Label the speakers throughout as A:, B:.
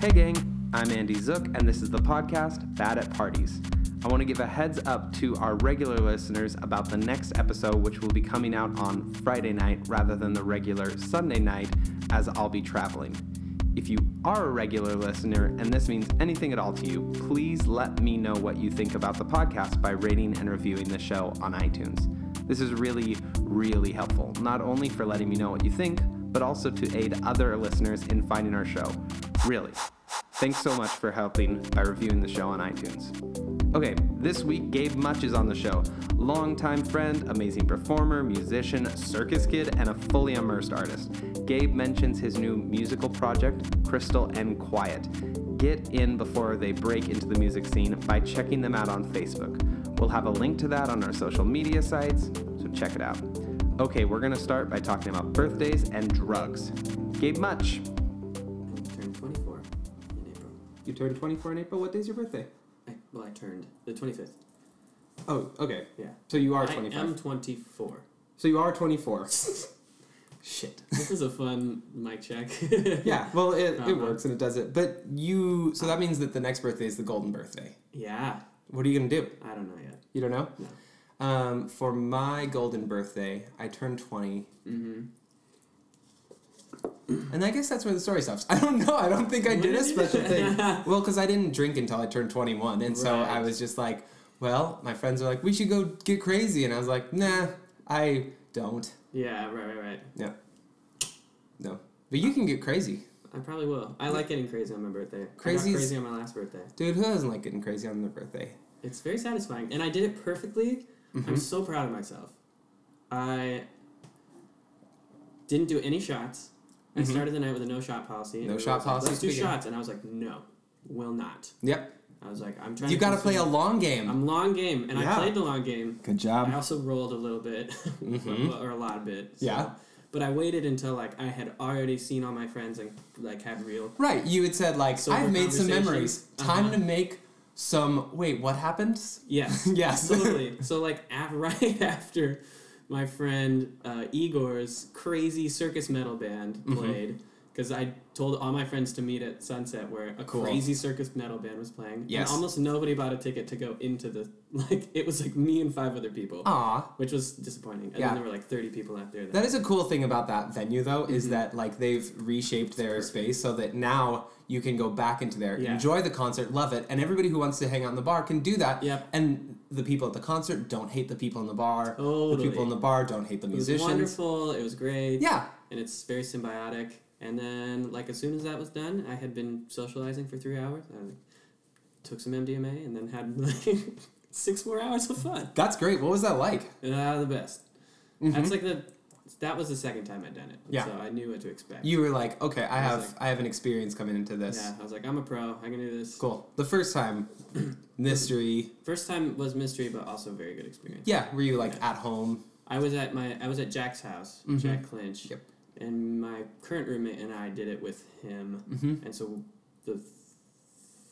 A: Hey, gang, I'm Andy Zook, and this is the podcast Bad at Parties. I want to give a heads up to our regular listeners about the next episode, which will be coming out on Friday night rather than the regular Sunday night, as I'll be traveling. If you are a regular listener and this means anything at all to you, please let me know what you think about the podcast by rating and reviewing the show on iTunes. This is really, really helpful, not only for letting me know what you think, but also to aid other listeners in finding our show. Really. Thanks so much for helping by reviewing the show on iTunes. Okay, this week Gabe Much is on the show. Longtime friend, amazing performer, musician, circus kid, and a fully immersed artist. Gabe mentions his new musical project, Crystal and Quiet. Get in before they break into the music scene by checking them out on Facebook. We'll have a link to that on our social media sites, so check it out. Okay, we're gonna start by talking about birthdays and drugs. Gabe Much,
B: turned 24 in April.
A: you turned 24 in April. What day's your birthday?
B: I, Eh, well, I turned the 25th.
A: Oh, okay.
B: Yeah.
A: So you are
B: I am 24.
A: So you are 24.
B: Shit. This is a fun mic check.
A: Yeah, well, it,
B: Uh-huh.
A: it works and it does it. But you, so that means that the next birthday is the golden birthday.
B: Yeah.
A: What are you gonna do?
B: I don't know yet.
A: You don't know?
B: No.
A: Um, for my golden birthday, I turned 20. Mm-hmm. And I guess that's where the story stops. I don't know. I don't think I did a
B: did you
A: special
B: do?
A: thing. Well, because I didn't drink until I turned 21. And so
B: Right.
A: I was just like, well, my friends were like, we should go get crazy. And I was like, nah, I don't.
B: Yeah, right, right, right.
A: No. No. But you can get crazy.
B: I probably will. I like getting crazy on my birthday. I
A: Crazy's-
B: got crazy on my last birthday.
A: Dude, who doesn't like getting crazy on their birthday?
B: It's very satisfying. And I did it perfectly.
A: Mm-hmm.
B: I'm so proud of myself. I didn't do any shots. I
A: Mhm.
B: started the night with a no shot policy. and
A: No
B: everyone
A: shot
B: was like,
A: policy
B: Let's do
A: speaking.
B: shots. And I was like, no, will not.
A: Yep.
B: I was like, I'm trying
A: You
B: to
A: got to
B: consume-
A: play a long game.
B: I'm long game, and
A: Yeah. Um,
B: I played the long game.
A: Good
B: I
A: job.
B: also rolled a little bit, or a lot of bit.
A: mm-hmm.
B: so-
A: Yeah.
B: But I waited until like I had already seen all my friends and like had real.
A: Right, you had said like
B: Sober
A: I've made some
B: conversation.
A: memories. Time
B: Uh-huh.
A: to make some. Wait, what happened?
B: Yes.
A: Yes.
B: Absolutely. so like af- right after my friend uh, Igor's crazy circus metal band
A: Mm-hmm.
B: played. Because I told all my friends to meet at sunset, where a
A: Cool.
B: crazy circus metal band was playing. and
A: Yes.
B: almost nobody bought a ticket to go into the like. It was like me and five other people.
A: Aw,
B: which was disappointing. And
A: Yeah.
B: then there were like 30 people out there. That,
A: that is a cool thing about that venue though,
B: Mm-hmm.
A: is that like they've reshaped their space so that now you can go back into there,
B: Yeah.
A: enjoy the concert, love it, and everybody who wants to hang out in the bar can do that.
B: Yep.
A: And the people at the concert don't hate the people in the bar. The people
B: Totally.
A: in the bar don't hate the
B: it was
A: musicians.
B: wonderful. It was great.
A: Yeah.
B: And it's very symbiotic. And then, like, as soon as that was done, I had been socializing for three hours. I took some MDMA and then had like six more hours of fun.
A: That's great. What was that like? Mm-hmm.
B: Uh, the best. That's like the. That was the second time I'd done it.
A: Yeah.
B: So I knew what to expect.
A: You were like, okay, I
B: I
A: have
B: was
A: I have an experience coming into this.
B: yeah. I was like, I'm a pro. I can do this.
A: Cool. The first time, mystery.
B: First time was mystery, but also a very good experience.
A: Yeah, were you like at home?
B: I was at my I was at Jack's house, Jack Clinch,
A: Mm-hmm. Yep.
B: and my current roommate and I did it with him,
A: Mm-hmm.
B: and so the th-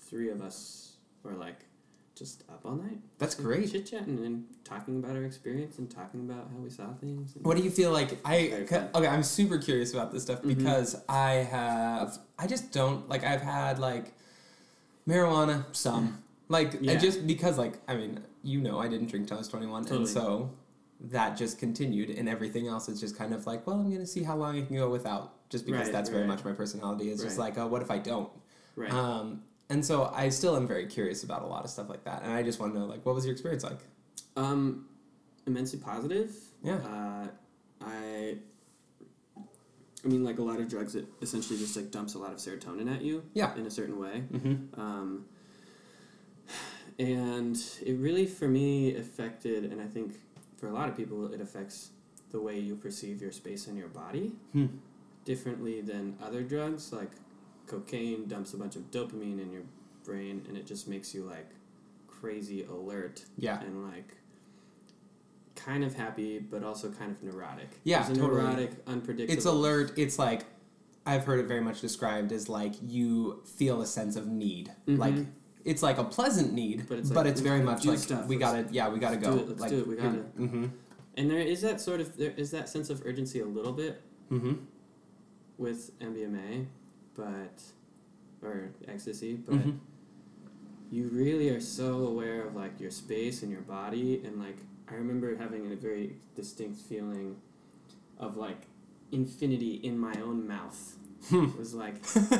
B: three of us were like just up all night,
A: That's great.
B: chit chatting and talking about our experience and talking about how we saw things. And
A: What do you feel like? I
B: Very fun. Mm-hmm.
A: okay. I'm super curious about this stuff because I have. I just don't like. I've had like marijuana some. Like I
B: Yeah.
A: just because like I mean you know I didn't drink till I was 21 and
B: Totally.
A: so that just continued and everything else is just kind of like well I'm gonna see how long I can go without just because
B: Right,
A: that's very
B: right.
A: much my personality it's just
B: Right.
A: like oh what if I don't
B: Right.
A: Um, and so I still am very curious about a lot of stuff like that. And I just want to know, like, what was your experience like?
B: Um, immensely positive.
A: Yeah.
B: Uh, I. I mean, like a lot of drugs, it essentially just like dumps a lot of serotonin at you.
A: Yeah.
B: In a certain way.
A: Mm-hmm.
B: Um, and it really, for me, affected, and I think for a lot of people, it affects the way you perceive your space in your body
A: Hmm.
B: differently than other drugs. Like cocaine dumps a bunch of dopamine in your brain, and it just makes you like crazy alert
A: Yeah.
B: and like kind of happy, but also kind of neurotic.
A: Yeah,
B: There's a
A: totally.
B: neurotic, unpredictable.
A: It's alert. It's like I've heard it very much described as like you feel a sense of need. Like it's like a pleasant need, but
B: Mm-hmm. But
A: it's,
B: it's like, we
A: very
B: gotta
A: much
B: do
A: like
B: stuff.
A: we gotta, yeah, we gotta
B: let's
A: go.
B: do it, let's
A: like,
B: do it, we gotta.
A: Mm-hmm.
B: And there is that sort of there is that sense of urgency a little bit
A: Mm-hmm.
B: with MDMA, but or ecstasy, but
A: Mm-hmm.
B: you really are so aware of like your space and your body and like i remember having a very distinct feeling of like infinity in my own mouth
A: Hmm.
B: it was like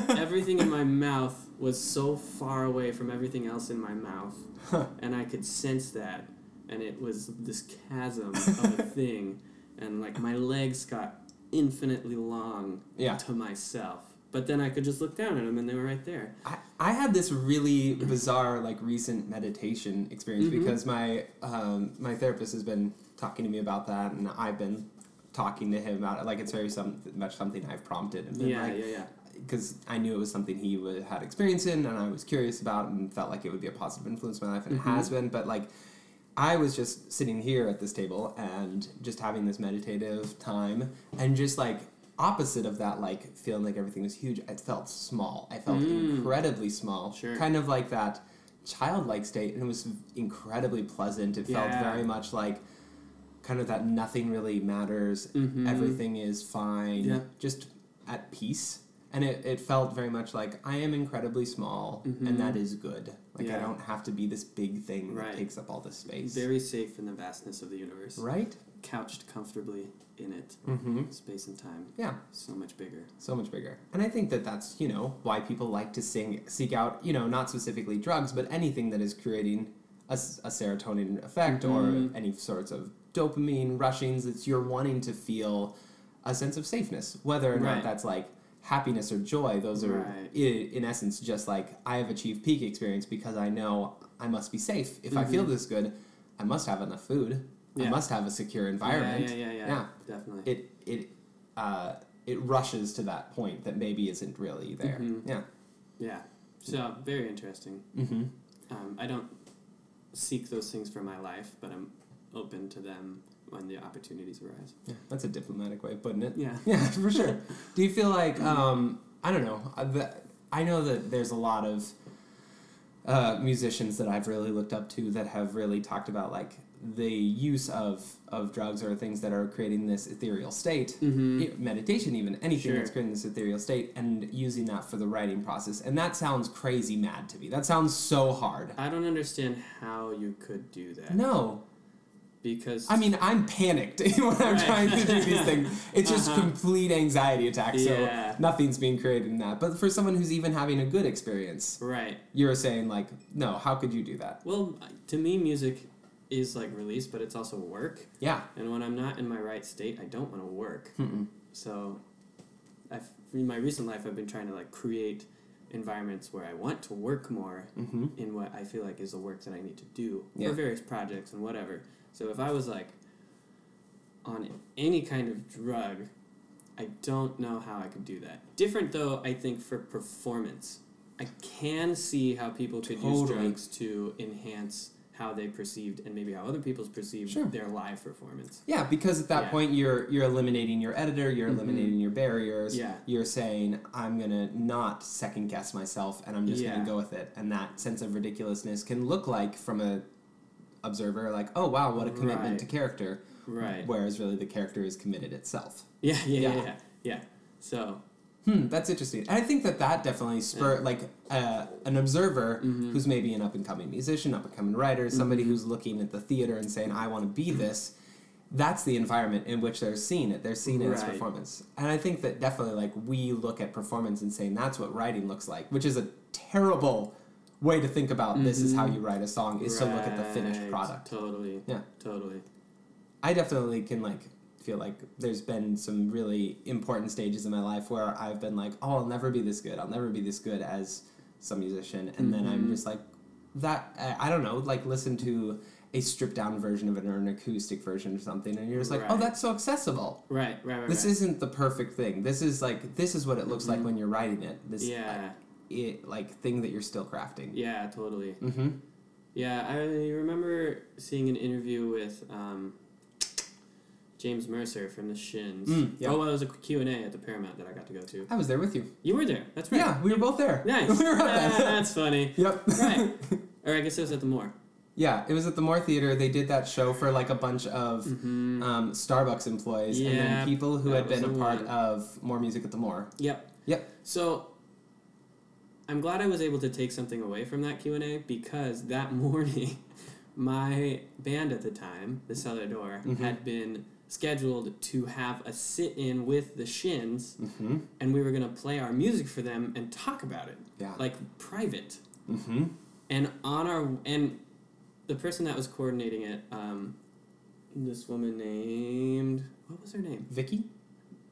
B: everything in my mouth was so far away from everything else in my mouth
A: Huh.
B: and i could sense that and it was this chasm of a thing and like my legs got infinitely long
A: Yeah.
B: to myself but then i could just look down at them and they were right there
A: I, I had this really bizarre like recent meditation experience
B: Mhm.
A: because my um, my therapist has been talking to me about that and I've been talking to him about it like it's very some much something I've prompted and been
B: yeah
A: like
B: yeah yeah
A: because I knew it was something he would, had experience in and I was curious about and felt like it would be a positive influence in my life and
B: Mm-hmm.
A: it has been but like I was just sitting here at this table and just having this meditative time and just like opposite of that like feeling like everything was huge I felt small I felt
B: Mm.
A: incredibly small
B: Sure.
A: kind of like that childlike state and it was incredibly pleasant it felt
B: Yeah.
A: very much like kind of that nothing really matters
B: Mhm.
A: everything is fine
B: Yeah.
A: just at peace and it, it felt very much like i am incredibly small
B: Mhm.
A: and that is good like i
B: Yeah.
A: don't have to be this big thing
B: Right.
A: that takes up all this space
B: Very safe in the vastness of the universe.
A: right
B: Couched comfortably in it.
A: mm-hmm
B: Space and time,
A: yeah
B: so much bigger.
A: so much bigger and i think that that's you know why people like to sing seek out you know not specifically drugs but anything that is creating a, s- a serotonin effect
B: Mhm.
A: or any sorts of dopamine rushings it's you're wanting to feel a sense of safeness whether or
B: Right.
A: not that's like happiness or joy those are
B: Right.
A: i- in essence just like i have achieved peak experience because i know i must be safe if i feel
B: Mhm.
A: this good i must have enough food
B: Yeah.
A: i must have a secure environment
B: Yeah, yeah, yeah, yeah.
A: Yeah.
B: Definitely.
A: it it uh, it rushes to that point that maybe isn't really there.
B: Mhm.
A: Yeah.
B: yeah. So very interesting.
A: Mm-hmm.
B: Um, I don't seek those things for my life, but I'm open to them when the opportunities arise.
A: yeah. That's a diplomatic way of putting it.
B: Yeah.
A: Yeah, for sure. Do you feel like
B: Mm-hmm.
A: um, I don't know? uh, the- I know that there's a lot of uh, musicians that I've really looked up to that have really talked about like the use of of drugs or things that are creating this ethereal state
B: Mm-hmm.
A: e- meditation even anything
B: Sure.
A: that's creating this ethereal state and using that for the writing process and that sounds crazy mad to me that sounds so hard
B: I don't understand how you could do that.
A: no
B: Because
A: I mean, I'm panicked when I'm
B: Right.
A: trying to do these things. It's just
B: Uh-huh.
A: complete anxiety attack.
B: Yeah.
A: So nothing's being created in that. But for someone who's even having a good experience,
B: right.
A: you're saying like, no, how could you do that?
B: Well, to me, music is like release, but it's also work.
A: Yeah.
B: And when I'm not in my right state, I don't want to work.
A: Mm-mm.
B: So, I've, in my recent life, I've been trying to like create environments where I want to work more
A: Mm-hmm.
B: in what I feel like is the work that I need to do
A: Yeah.
B: for various projects and whatever. So if I was like on any kind of drug, I don't know how I could do that. Different though, I think for performance, I can see how people could use
A: Totally.
B: drugs to enhance how they perceived and maybe how other people's perceived
A: Sure.
B: their live performance.
A: Yeah, because at that
B: Yeah. Mm-hmm.
A: point you're you're eliminating your editor, you're eliminating your barriers.
B: Yeah.
A: You're saying I'm gonna not second guess myself, and I'm just
B: Yeah.
A: gonna go with it. And that sense of ridiculousness can look like from a observer, like, oh wow, what a commitment
B: Right.
A: to character.
B: Right.
A: Whereas really the character is committed itself.
B: Yeah, yeah, yeah,
A: Yeah.
B: yeah. yeah. So,
A: Hmm, that's interesting. And I think that that definitely spur like uh, an observer
B: Mm-hmm.
A: who's maybe an up and coming musician, up and coming writer, somebody who's looking at the theater and saying, "I want to be
B: Mm-hmm.
A: this." That's the environment in which they're seeing it. They're seeing it as
B: Right.
A: performance, and I think that definitely like we look at performance and saying that's what writing looks like, which is a terrible way to think about. This is how you write a song is to look at the finished
B: Mm-hmm. right,
A: product.
B: Totally.
A: Yeah.
B: Totally.
A: I definitely can like feel like there's been some really important stages in my life where I've been like, oh, I'll never be this good. I'll never be this good as some musician, and then I'm
B: Mhm.
A: just like that. I, I don't know. Like listen to a stripped down version of it or an acoustic version or something, and you're just like, oh,
B: Right.
A: that's so accessible.
B: Right, right, right.
A: This
B: right.
A: isn't the perfect thing. This is like this is what it looks
B: Mhm.
A: like when you're writing it. This uh,
B: Yeah.
A: it, like thing that you're still crafting.
B: Yeah, totally.
A: Mm-hmm.
B: Yeah, I remember seeing an interview with um, James Mercer from the Shins.
A: Mm, yeah.
B: Oh, well, it was a Q and A at the Paramount that I got to go to.
A: I was there with you.
B: You were there. That's right.
A: Yeah, we were both there.
B: Nice.
A: we were
B: Ah,
A: at that.
B: that's funny.
A: Yep.
B: Right. Or I guess it was at the Moore.
A: Yeah, it was at the Moore Theater. They did that show for like a bunch of
B: Mm-hmm.
A: um, Starbucks employees and
B: Yeah,
A: then people who had
B: that
A: been a
B: was the
A: part
B: one.
A: of More Music at the Moore.
B: Yep.
A: Yep.
B: So I'm glad I was able to take something away from that Q and A because that morning, my band at the time, the Cellar Door,
A: Mhm.
B: had been scheduled to have a sit-in with the Shins,
A: Mm-hmm.
B: and we were gonna play our music for them and talk about it,
A: Yeah.
B: like private.
A: mm-hmm.
B: And on our and the person that was coordinating it, um, this woman named what was her name?
A: Vicky.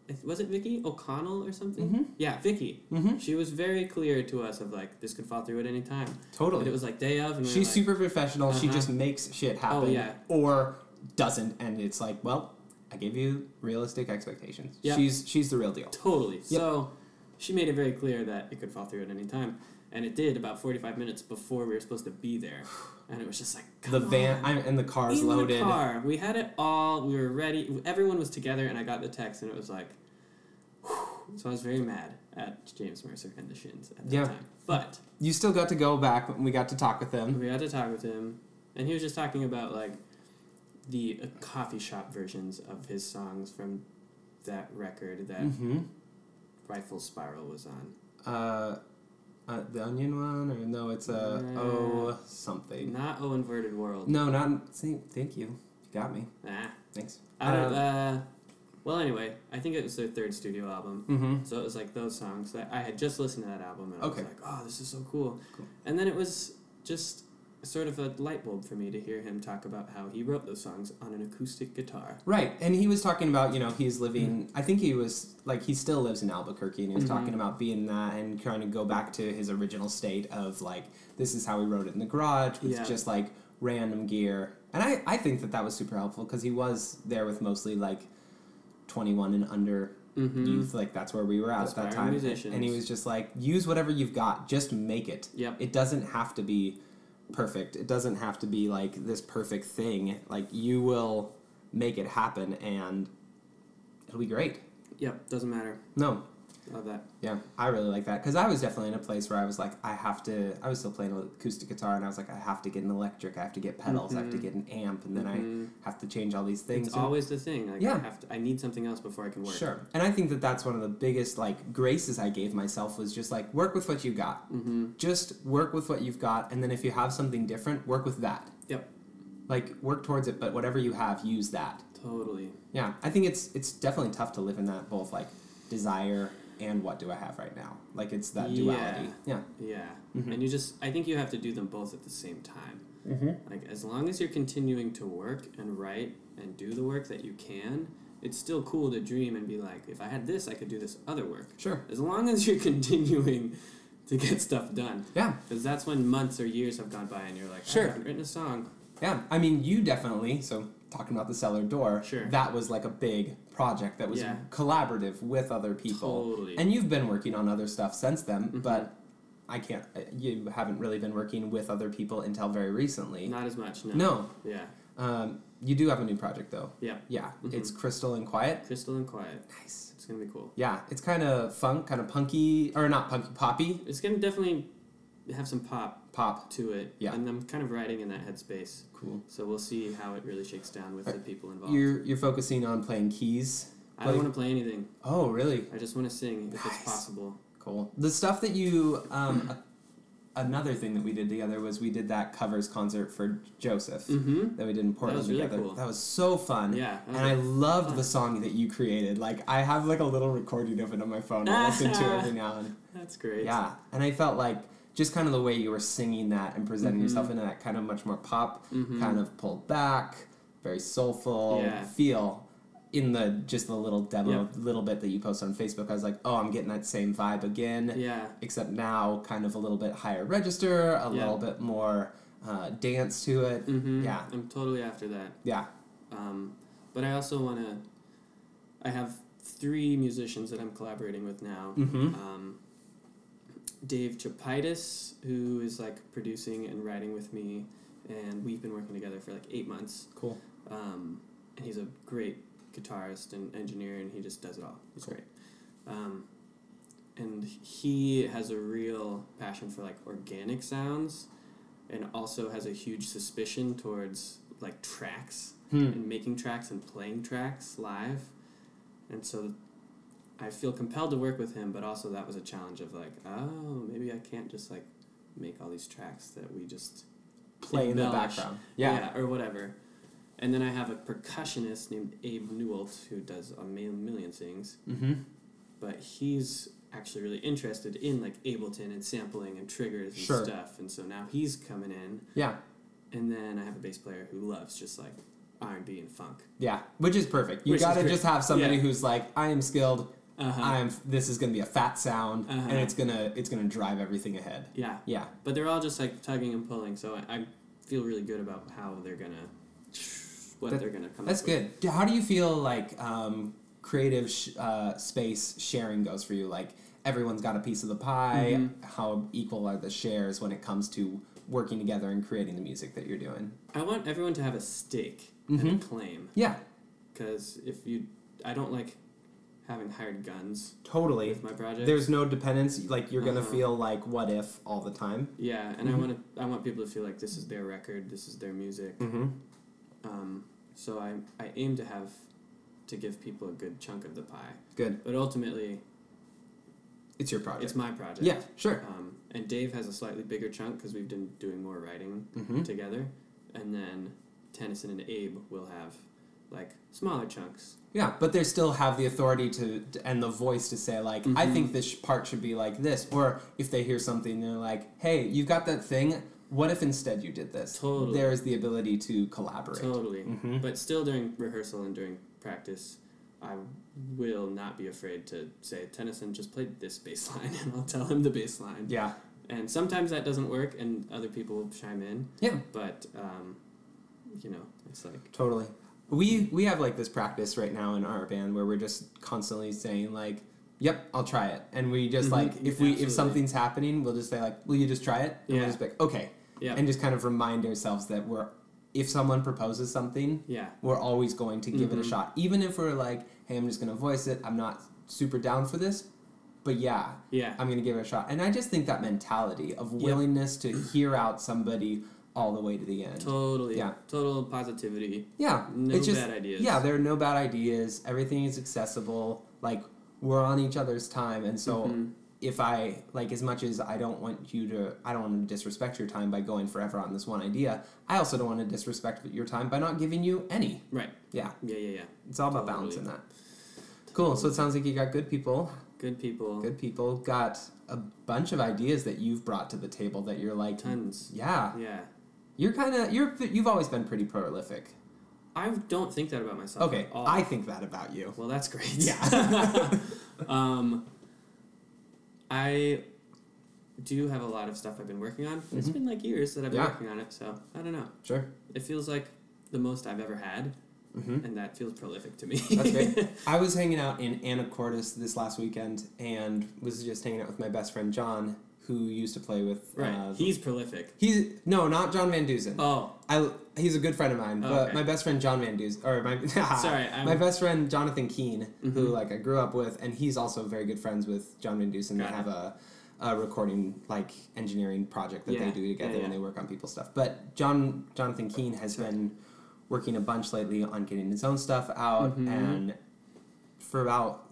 B: It- Was it Vicky O'Connell or something?
A: Mhm.
B: Yeah, Vicky.
A: Mm-hmm.
B: She was very clear to us of like this could fall through at any time. But
A: Totally.
B: it was like day of, and we
A: She's
B: were like,
A: super professional. She
B: Uh-huh.
A: just makes shit happen.
B: yeah.
A: Or doesn't, and it's like, well, I gave you realistic expectations.
B: Yeah.
A: She's she's the real deal.
B: totally. So she made it very clear that it could fall through at any time, and it did about forty-five minutes before we were supposed to be there, and it was just like
A: the
B: come
A: van
B: on.
A: I'm, and the car's
B: in
A: loaded.
B: the car. We had it all. We were ready. Everyone was together, and I got the text, and it was like, whew. so I was very mad at James Mercer and the Shins at that
A: Yeah.
B: time. But
A: You still got to go back, and we got to talk with them.
B: we got to talk with him, and he was just talking about like the uh, coffee shop versions of his songs from that record that
A: Mm-hmm.
B: Rifle Spiral was on.
A: Uh, uh, the onion one, or no, it's a
B: Uh,
A: oh something.
B: Not O Inverted World.
A: No, not. See, thank you. You got me.
B: Nah.
A: Thanks.
B: I don't, uh, well, anyway, I think it was their third studio album.
A: mm-hmm.
B: So it was like those songs that I had just listened to that album and I
A: Okay.
B: was like, oh, this is so cool.
A: Cool.
B: And then it was just sort of a light bulb for me to hear him talk about how he wrote those songs on an acoustic guitar.
A: Right, and he was talking about you know he's living. I think he was like he still lives in Albuquerque, and he was
B: Mhm.
A: talking about being that and trying to go back to his original state of like this is how he wrote it in the garage with
B: Yeah.
A: just like random gear. And I I think that that was super helpful because he was there with mostly like twenty one and under
B: Mm-hmm.
A: youth. Like that's where we were at at that
B: Aspiring
A: time.
B: musicians.
A: And he was just like use whatever you've got, just make it.
B: Yep.
A: It doesn't have to be perfect. It doesn't have to be like this perfect thing. Like you will make it happen and it'll be great.
B: Yep. Doesn't matter.
A: No.
B: Love that.
A: Yeah, I really like that because I was definitely in a place where I was like, I have to. I was still playing acoustic guitar, and I was like, I have to get an electric, I have to get pedals, I have to
B: Mhm.
A: get an amp, and then
B: Mhm.
A: I have to change all these things.
B: It's
A: and-
B: always the thing. Like, I
A: Yeah.
B: have to, I need something else before I can work.
A: Sure. And I think that that's one of the biggest like graces I gave myself was just like work with what you got.
B: Mm-hmm.
A: Just work with what you've got and then if you have something different, work with that.
B: Yep.
A: Like work towards it, but whatever you have, use that.
B: Totally.
A: Yeah. I think it's it's definitely tough to live in that both like desire and what do I have right now? Like it's that
B: Yeah.
A: duality. Yeah.
B: Yeah.
A: Mhm.
B: And you just, I think you have to do them both at the same time.
A: Mm-hmm.
B: Like as long as you're continuing to work and write and do the work that you can, it's still cool to dream and be like, if I had this, I could do this other work.
A: Sure.
B: As long as you're continuing to get stuff done,
A: Yeah.
B: because that's when months or years have gone by and you're like, I
A: Sure.
B: haven't written a song.
A: Yeah. I mean you definitely so talking about the cellar door,
B: Sure.
A: that was like a big project that was
B: Yeah.
A: collaborative with other people.
B: Totally.
A: And you've been working on other stuff since then,
B: Mhm.
A: but I can't. uh, You haven't really been working with other people until very recently.
B: Not as much. No.
A: No,
B: Yeah.
A: um, you do have a new project though.
B: Yeah.
A: Yeah,
B: Mhm.
A: it's Crystal and Quiet.
B: Crystal and Quiet.
A: Nice.
B: It's gonna be cool.
A: Yeah, it's kind of funk, kind of punky, or not punky, poppy,
B: It's gonna definitely have some pop
A: pop.
B: to it.
A: Yeah.
B: And I'm kind of writing in that headspace,
A: Cool.
B: so we'll see how it really shakes down with the people involved.
A: You're you're focusing on playing keys.
B: I don't
A: like-
B: want to play anything.
A: Oh, really?
B: I just want to sing if it's
A: Nice.
B: possible.
A: Cool. The stuff that you. Um, another thing that we did together was we did that covers concert for Joseph
B: Mm-hmm.
A: that we did in Portland
B: was really
A: together.
B: cool.
A: That was so fun.
B: Yeah.
A: And I loved
B: fun.
A: the song that you created. Like I have like a little recording of it on my phone. I listen to it every now and
B: that's great.
A: yeah. And I felt like just kind of the way you were singing that and presenting
B: Mhm.
A: yourself in that kind of much more pop,
B: Mhm.
A: kind of pulled back, very soulful
B: Yeah.
A: feel. In the just the little demo,
B: Yep.
A: little bit that you post on Facebook, I was like, oh, I'm getting that same vibe again
B: Yeah.
A: except now kind of a little bit higher register, a
B: Yeah.
A: little bit more uh, dance to it.
B: Mm-hmm.
A: Yeah.
B: I'm totally after that.
A: Yeah.
B: Um, but I also want to. I have three musicians that I'm collaborating with now.
A: Mm-hmm.
B: Um, Dave Chapitis, who is like producing and writing with me, and we've been working together for like eight months.
A: Cool.
B: Um, and he's a great guitarist and engineer, and he just does it all. He's
A: Cool.
B: great. Um, and he has a real passion for like organic sounds, and also has a huge suspicion towards like tracks
A: Hmm.
B: and making tracks and playing tracks live. And so I feel compelled to work with him, but also that was a challenge of like, oh, maybe I can't just like make all these tracks that we just
A: play in the
B: embellish.
A: background. Yeah.
B: or whatever. And then I have a percussionist named Abe Newalt who does a mil- million things,
A: Mm-hmm.
B: but he's actually really interested in like Ableton and sampling and triggers and
A: Sure.
B: stuff. And so now he's coming in.
A: Yeah.
B: And then I have a bass player who loves just like R and B and funk.
A: Yeah. Which is perfect. You
B: Which is
A: gotta
B: great.
A: just have somebody
B: Yeah.
A: who's like, I am skilled.
B: Uh-huh.
A: I'm. This is gonna be a fat sound,
B: Uh-huh.
A: and it's gonna it's gonna drive everything ahead.
B: yeah.
A: Yeah.
B: But they're all just like tugging and pulling, so I, I feel really good about how they're gonna, what
A: That-
B: they're gonna come.
A: That's
B: up with.
A: good. Do- How do you feel like um, creative sh- uh, space sharing goes for you? Like everyone's got a piece of the pie. How equal are the shares when it comes to working together and creating the music that you're doing?
B: I want everyone to have a stake and a claim,
A: Mm-hmm. Yeah,
B: because if you, I don't like having hired guns
A: totally.
B: with my project.
A: There's no dependence. Like you're gonna
B: Uh-huh.
A: feel like what if all the time.
B: yeah, and
A: Mm-hmm.
B: I want to. I want people to feel like this is their record, this is their music.
A: Mm-hmm.
B: Um, so I I aim to have, to give people a good chunk of the pie,
A: Good.
B: but ultimately
A: It's your project.
B: it's my project.
A: yeah, sure.
B: Um, and Dave has a slightly bigger chunk because we've been doing more writing
A: Mm-hmm.
B: together, and then Tennyson and Abe will have like smaller chunks.
A: Yeah, but they still have the authority to and the voice to say like, I
B: Mhm.
A: think this part should be like this, or if they hear something, they're like, Hey, you've got that thing. What if instead you did this?
B: Totally.
A: There is the ability to collaborate.
B: Totally.
A: Mhm.
B: But still during rehearsal and during practice, I will not be afraid to say Tennyson just played this bass line, and I'll tell him the bass line.
A: Yeah,
B: And sometimes that doesn't work, and other people will chime in.
A: Yeah.
B: But um, you know, it's like
A: totally. We we have like this practice right now in our band where we're just constantly saying like, Yep, I'll try it, and we just
B: Mhm,
A: like if we
B: absolutely.
A: if something's happening, we'll just say like, Will you just try it? And
B: Yeah.
A: we'll just be like, okay,
B: yeah,
A: and just kind of remind ourselves that we're if someone proposes something,
B: yeah,
A: we're always going to give it
B: Mhm.
A: a shot. Even if we're like, hey, I'm just going to voice it, I'm not super down for this, but yeah,
B: yeah,
A: I'm going to give it a shot. And I just think that mentality of
B: Yep.
A: willingness to hear out somebody all the way to the end.
B: totally,
A: Yeah.
B: total positivity.
A: Yeah.
B: No
A: it's just,
B: bad ideas.
A: Yeah, there are no bad ideas. Everything is accessible. Like, we're on each other's time. And so.
B: Mhm.
A: If I like as much as I don't want you to, I don't want to disrespect your time by going forever on this one idea. I also don't want to disrespect your time by not giving you any.
B: Right.
A: Yeah.
B: Yeah, yeah, yeah.
A: It's all about
B: Totally.
A: balancing that. Cool. So it sounds like you got good people.
B: Good people.
A: Good people got a bunch of ideas that you've brought to the table that you're like,
B: Tons.
A: yeah,
B: Yeah.
A: you're kind of you're you've always been pretty prolific.
B: I don't think that about myself.
A: Okay,
B: At all.
A: I think that about you.
B: Well, that's great.
A: Yeah.
B: um, I do have a lot of stuff I've been working on. It's been like years that I've
A: Mm-hmm.
B: been
A: Yeah.
B: working on it, so I don't know.
A: Sure.
B: It feels like the most I've ever had,
A: hmm
B: and that feels prolific to me.
A: That's great. I was hanging out in Anacortes this last weekend and was just hanging out with my best friend John, who used to play with.
B: right.
A: Uh,
B: He's prolific.
A: he's no, not John Van Dusen.
B: Oh,
A: I he's a good friend of mine,
B: Oh,
A: but
B: okay.
A: my best friend John Van Dusen, or my
B: Sorry, I'm-
A: Ah, my best friend Jonathan Keen, who
B: Mhm.
A: like I grew up with, and he's also very good friends with John Van Dusen. They
B: Got it.
A: have a, a recording like engineering project that they
B: Yeah,
A: do together
B: yeah,
A: when
B: yeah.
A: they work on people's stuff. But John Jonathan Keen has been working a bunch lately on getting his own stuff out,
B: Mhm.
A: and for about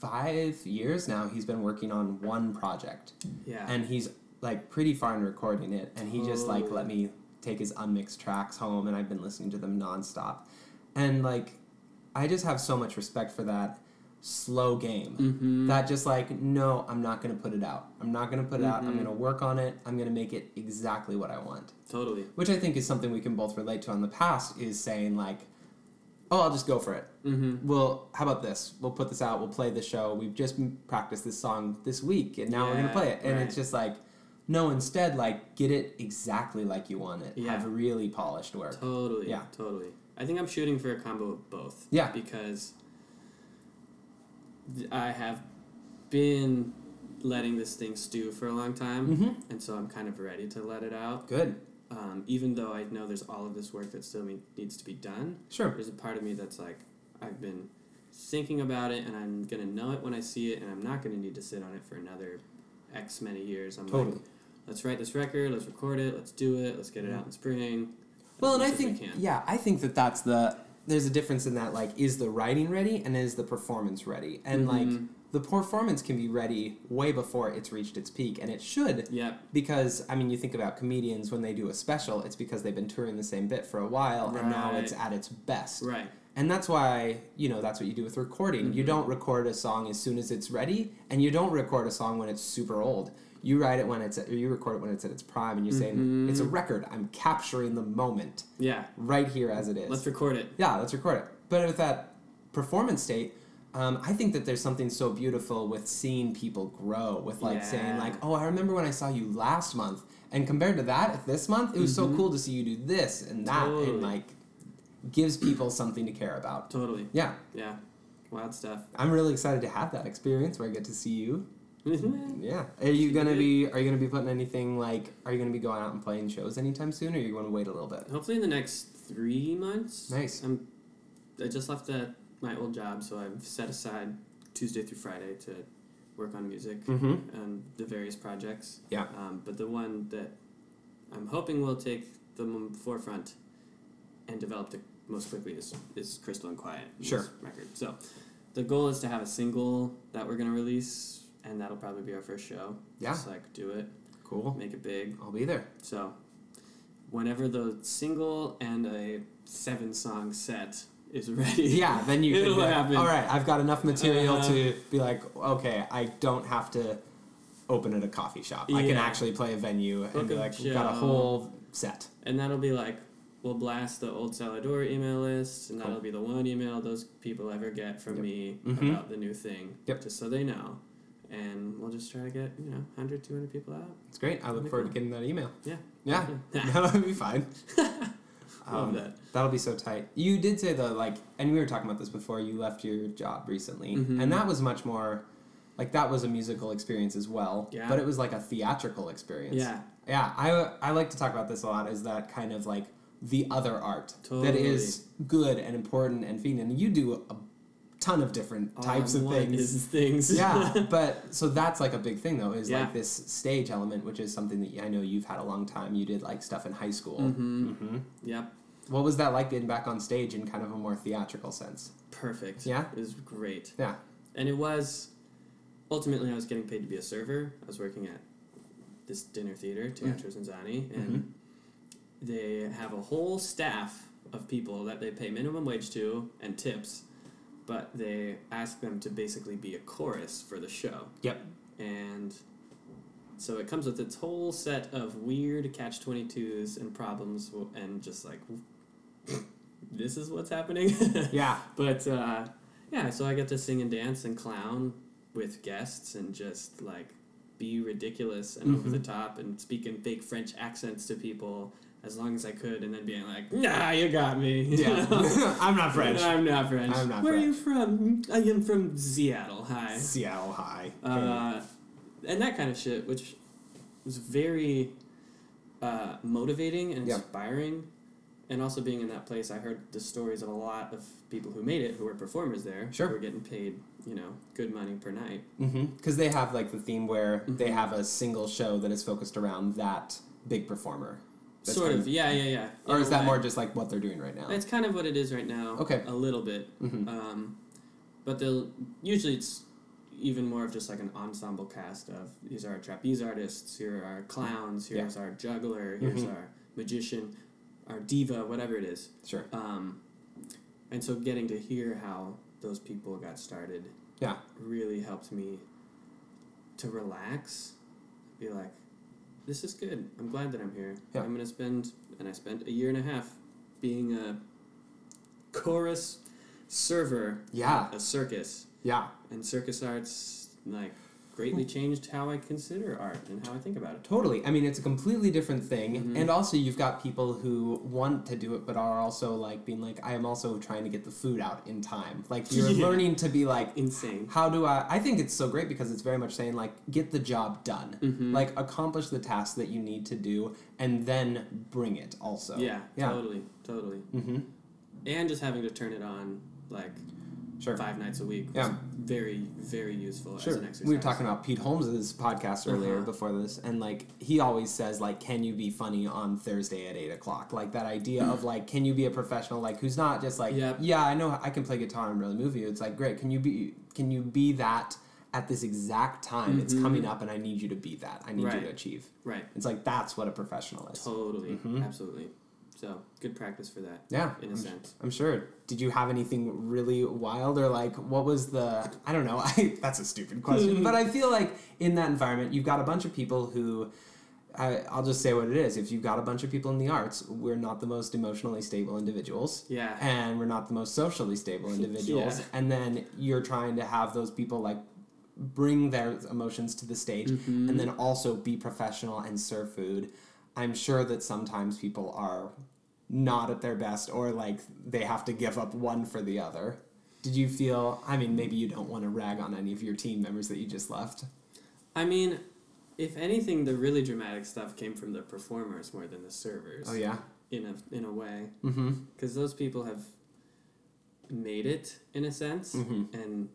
A: five years now, he's been working on one project
B: yeah.
A: and he's like pretty far in recording it and he just like
B: Totally.
A: let me take his unmixed tracks home and i've been listening to them nonstop and like i just have so much respect for that slow game
B: mm-hmm.
A: that just like no i'm not gonna put it out i'm not gonna put it out i'm
B: Mhm.
A: gonna work on it i'm gonna make it exactly what i want
B: totally.
A: which i think is something we can both relate to on the past is saying like oh i'll just go for it
B: Mm-hmm.
A: well, how about this? We'll put this out. We'll play the show. We've just m- practiced this song this week, and now we're gonna
B: Yeah,
A: play it. And
B: right.
A: it's just like, no. Instead, like, get it exactly like you want it.
B: Yeah.
A: Have really polished work.
B: Totally.
A: Yeah.
B: Totally. I think I'm shooting for a combo of both.
A: Yeah.
B: Because th- I have been letting this thing stew for a long time,
A: Mm-hmm.
B: and so I'm kind of ready to let it out.
A: Good.
B: Um, even though I know there's all of this work that still me- needs to be done,
A: Sure.
B: there's a part of me that's like, I've been thinking about it, and I'm gonna know it when I see it, and I'm not gonna need to sit on it for another X many years. I'm
A: Totally.
B: like, let's write this record, let's record it, let's do it, let's get it out in spring. as
A: Well, and I
B: much as we
A: think
B: can.
A: yeah, I think that that's the there's a difference in that like is the writing ready and is the performance ready and like
B: Mhm.
A: the performance can be ready way before it's reached its peak, and it should.
B: Yep.
A: Because I mean, you think about comedians when they do a special, it's because they've been touring the same bit for a while, and now
B: Right.
A: it's at its best.
B: Right.
A: And that's why, you know, that's what you do with recording. You don't record a song as soon as it's ready, and you don't record a song when it's super old. You write it when it's at, or you record it when it's at its prime, and you're saying it's a record. I'm capturing the moment
B: Yeah.
A: right here as it is.
B: Let's record it.
A: yeah, let's record it. But with that performance state, um, I think that there's something so beautiful with seeing people grow, with like saying
B: Yeah.
A: like, "Oh, I remember when I saw you last month," and compared to that, if this month, it was so cool to see you do this and that,
B: Totally.
A: and like gives people something to care about.
B: Totally.
A: Yeah,
B: Yeah. Wild stuff.
A: I'm really excited to have that experience where I get to see you.
B: yeah.
A: Yeah, are you gonna be? Are you gonna be putting anything like? Are you gonna be going out and playing shows anytime soon, or are you gonna wait a little bit?
B: Hopefully in the next three months.
A: Nice.
B: I'm. I just left uh my old job, so I've set aside Tuesday through Friday to work on music
A: Mm-hmm.
B: and the various projects.
A: Yeah.
B: Um, but the one that I'm hoping will take the m- forefront and develop the most quickly is, is Crystal and Quiet. this
A: Sure.
B: Record. So the goal is to have a single that we're going to release, and that'll probably be our first show.
A: Yeah.
B: Just like do it,
A: Cool.
B: make it big.
A: I'll be there.
B: So whenever the single and a seven song set is ready.
A: Yeah, then you can
B: It'll
A: be like,
B: happen.
A: All right, I've got enough material
B: Uh,
A: to be like, okay, I don't have to open at a coffee shop. I can
B: Yeah.
A: actually play a venue and
B: Book
A: be
B: a
A: like, we've got a
B: show.
A: whole set.
B: And that'll be like, we'll blast the old Salador email list, and that'll be the one email those people ever get from
A: Yep.
B: me
A: Mhm.
B: about the new thing.
A: Yep.
B: Just so they know. And we'll just try to get, you know, 100, 200 people out.
A: It's great. I look
B: That'd be
A: forward to
B: cool.
A: getting that email.
B: Yeah.
A: Yeah, Um, that'll be fine.
B: Love that.
A: That'll be so tight. You did say though, like, and we were talking about this before. You left your job recently,
B: Mhm.
A: and that was much more, like, that was a musical experience as well.
B: Yeah.
A: But it was like a theatrical experience.
B: Yeah.
A: Yeah, I, I like to talk about this a lot is that kind of like the other art that
B: Totally.
A: is good and important and feeding. And you do a ton of different
B: All
A: types
B: I
A: of
B: want
A: things.
B: Oh, Is things.
A: yeah, but so that's like a big thing though is
B: Yeah.
A: like this stage element, which is something that I know you've had a long time. You did like stuff in high school.
B: Mhm.
A: Mm-hmm.
B: Yep.
A: What was that like getting back on stage in kind of a more theatrical sense?
B: Perfect.
A: Yeah?
B: It was great.
A: Yeah.
B: And it was ultimately I was getting paid to be a server. I was working at this dinner theater,
A: Mm-hmm.
B: Teatro Zanzani, and they have a whole staff of people that they pay minimum wage to and tips, but they ask them to basically be a chorus for the show.
A: Yep.
B: And so it comes with its whole set of weird catch 22s and problems w- and just like this is what's happening.
A: Yeah.
B: But uh, yeah, so I got to sing and dance and clown with guests and just like be ridiculous and over the
A: Mm-hmm.
B: top and speak in fake French accents to people as long as I could, and then being like, "Nah, you got me." you know?
A: Yeah. I'm not French.
B: I'm not French.
A: I'm not
B: Where are you from? I am from Seattle. Hi.
A: Seattle High.
B: Uh, and that kind of shit, which was very uh, motivating and
A: Yeah.
B: inspiring. And also being in that place, I heard the stories of a lot of people who made it, who were performers there,
A: Sure.
B: who were getting paid, you know, good money per night.
A: Because they have like the theme where
B: Mm-hmm.
A: they have a single show that is focused around that big performer. That's
B: sort
A: kind
B: of, yeah, yeah, yeah.
A: Or
B: In
A: is
B: a
A: that
B: way.
A: more just like what they're doing right now?
B: That's kind of what it is right now.
A: Okay.
B: A little bit.
A: Mhm.
B: Um, but they'll usually it's even more of just like an ensemble cast of these are our trapeze artists, here are our clowns,
A: Yeah.
B: here's our juggler, here's our magician, our diva, whatever it is.
A: Sure.
B: Um, and so getting to hear how those people got started
A: Yeah.
B: really helped me to relax, be like, this is good. I'm glad that I'm here.
A: Yeah.
B: I'm going to spend, and I spent a year and a half being a chorus server
A: Yeah.
B: at a circus.
A: Yeah.
B: And circus arts, like,
A: Hmm.
B: greatly changed how I consider art and how I think about it.
A: Totally. I mean, it's a completely different thing.
B: Mm-hmm.
A: And also, you've got people who want to do it, but are also like being like, I am also trying to get the food out in time. Like, you're
B: Yeah.
A: learning to be like,
B: Insane.
A: how do I? I think it's so great because it's very much saying, like, get the job done.
B: Mm-hmm.
A: Like, accomplish the task that you need to do and then bring it also.
B: Yeah,
A: Yeah.
B: totally, totally.
A: Mm-hmm.
B: And just having to turn it on, like,
A: Sure.
B: five nights a week was
A: Yeah.
B: very, very useful as an exercise.
A: We were talking about Pete Holmes's podcast earlier
B: Uh-huh.
A: before this, and like he always says, like, can you be funny on Thursday at eight o'clock? Like that idea of like, can you be a professional? Like who's not just like,
B: Yep.
A: yeah, I know I can play guitar and really move you. It's like great. Can you be? Can you be that? at this exact time it's
B: Mhm.
A: coming up and I need you to be that. I need you
B: Right.
A: to achieve.
B: Right.
A: It's like that's what a professional is.
B: Totally.
A: Mhm.
B: Absolutely. So good practice for that,
A: Yeah.
B: in a sense.
A: I'm sure. Did you have anything really wild or like what was the I don't know. I that's a stupid question. but I feel like in that environment you've got a bunch of people who I, I'll just say what it is. If you've got a bunch of people in the arts, we're not the most emotionally stable individuals.
B: Yeah.
A: And we're not the most socially stable individuals.
B: Yeah.
A: And then you're trying to have those people like bring their emotions to the stage and then also be professional and serve food. I'm sure that sometimes people are not at their best or like they have to give up one for the other. Did you feel, I mean, maybe you don't want to rag on any of your team members that you just left.
B: I mean, if anything, the really dramatic stuff came from the performers more than the servers.
A: Oh, yeah.
B: In a in a way,
A: Mm hmm.
B: because those people have made it in a sense,
A: Mhm.
B: and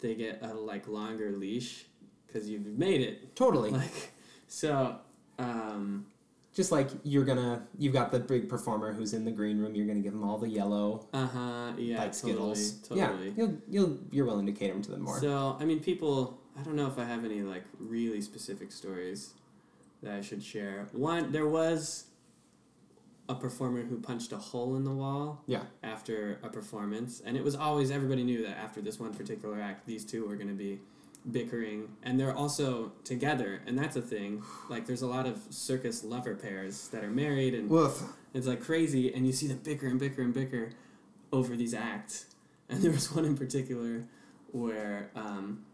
B: they get a like longer leash because you've made it.
A: Totally.
B: Like so. Um,
A: just like you're gonna you've got the big performer who's in the green room you're gonna give them all the yellow
B: uh huh. Yeah.
A: like skittles
B: Totally. Totally.
A: yeah you'll you'll you're willing to cater to them more
B: So, I mean, people, I don't know if I have any like really specific stories that I should share. One, there was a performer who punched a hole in the wall
A: yeah
B: after a performance, and it was always everybody knew that after this one particular act, these two were going to be bickering, and they're also together, and that's a thing. Like, there's a lot of circus lover pairs that are married, and
A: woof
B: it's like crazy, and you see them bicker and bicker and bicker over these acts. And there was one in particular where, um,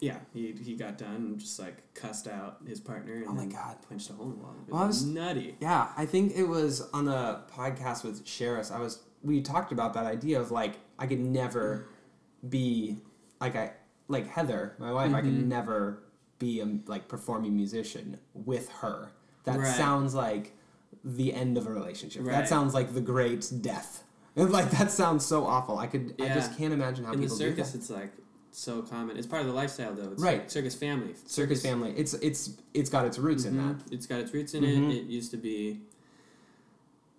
B: yeah, he, he got done and just like cussed out his partner and
A: Oh my
B: then
A: God.
B: punched a hole in the wall. It
A: Well, I
B: was
A: was-
B: nutty.
A: yeah i think it was on a podcast with Sheris. i was we talked about that idea of like i could never be like i like heather my wife i
B: Mm-hmm.
A: could never be a like performing musician with her that
B: Right.
A: sounds like the end of a relationship that
B: Right.
A: sounds like the great death like that sounds so awful i could i
B: Yeah.
A: just can't imagine how
B: In the
A: people do that
B: circus, it's like so common. It's part of the lifestyle though. It's
A: Right.
B: like circus Mm-hmm. family.
A: circus family it's it's it's got its roots in that
B: It's got its roots in
A: Mhm.
B: it. It used to be.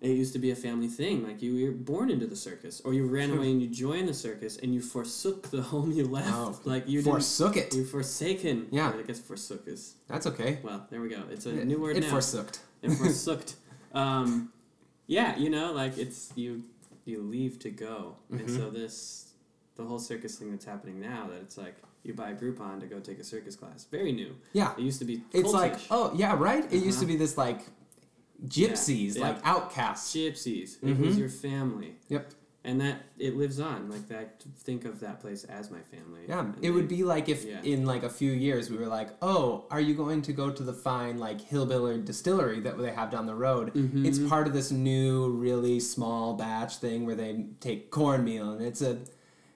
B: It used to be a family thing. Like you were born into the circus, or you ran away and you joined the circus, and you forsook the home you left.
A: Oh,
B: like you
A: forsook
B: didn't,
A: it
B: you forsaken.
A: Yeah.
B: I guess forsook is
A: that's okay
B: well. There we go. It's a
A: it,
B: new word
A: it
B: now.
A: forsooked
B: it forsooked. Um, yeah, you know, like it's you. You leave to go, and so
A: Mm-hmm.
B: this, the whole circus thing that's happening now. That it's like you buy a Groupon to go take a circus class. Very new.
A: yeah
B: It used to be.
A: It's like,
B: cultish.
A: oh yeah, right. It used to
B: Uh-huh.
A: be this like gypsies,
B: Yeah.
A: like outcasts.
B: gypsies. It was
A: Mhm.
B: your family.
A: Yep.
B: And that it lives on. Like that think of that place as my family.
A: Yeah,
B: And
A: it would
B: they-
A: be like if
B: Yeah.
A: in like a few years we were like, oh, are you going to go to the fine like hillbilly distillery that they have down the road? It's
B: Mm-hmm.
A: part of this new really small batch thing where they take cornmeal and it's a,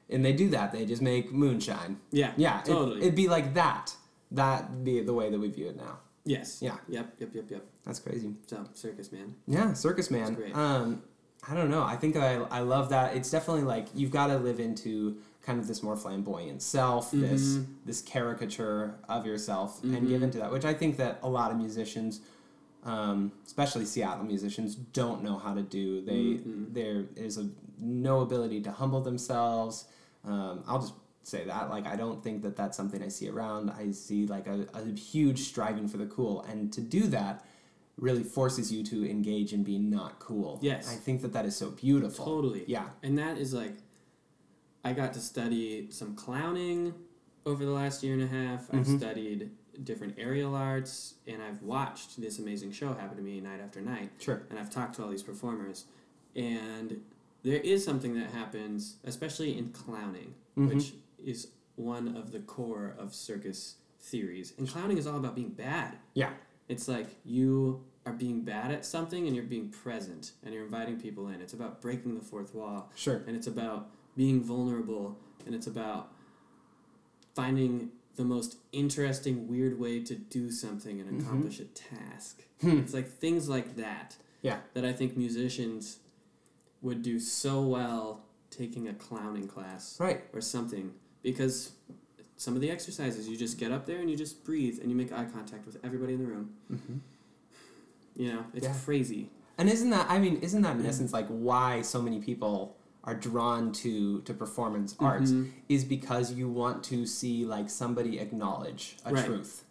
A: and they do that. They just make moonshine.
B: Yeah.
A: Yeah, it-
B: Totally.
A: it'd be like that. That'd be the way that we view it now.
B: yes.
A: Yeah.
B: Yep, yep, yep, yep.
A: That's crazy.
B: So circus man.
A: Yeah, Circus Man.
B: great.
A: Um, I don't know. I think I, I love that. It's definitely like you've got to live into kind of this more flamboyant self, this this caricature of yourself, and give into that. Which I think that a lot of musicians, um, especially Seattle musicians, don't know how to do. They there is a no ability to humble themselves. Um, I'll just say that like i don't think that that's something i see around i see like a, a huge striving for the cool and to do that really forces you to engage in being not cool
B: Yes.
A: i think that that is so beautiful
B: Totally.
A: yeah
B: And that is like I got to study some clowning over the last year and a half. I've
A: Mhm.
B: studied different aerial arts and I've watched this amazing show happen to me night after night.
A: sure
B: and I've talked to all these performers, and there is something that happens, especially in clowning,
A: Mhm.
B: which is one of the core of circus theories. And clowning is all about being bad.
A: yeah
B: It's like you are being bad at something and you're being present and you're inviting people in. It's about breaking the fourth wall
A: sure
B: and it's about being vulnerable and it's about finding the most interesting weird way to do something and
A: Mm-hmm.
B: accomplish a task
A: Hmm.
B: it's like things like that
A: Yeah.
B: that i think musicians would do so well taking a clowning class
A: right
B: or something because some of the exercises you just get up there and you just breathe and you make eye contact with everybody in the room
A: Mhm.
B: you know it's
A: Yeah.
B: crazy Mm-hmm.
A: and isn't that i mean isn't that in essence like why so many people are drawn to to performance
B: Mm-hmm.
A: arts is because you want to see like somebody acknowledge a
B: Right.
A: truth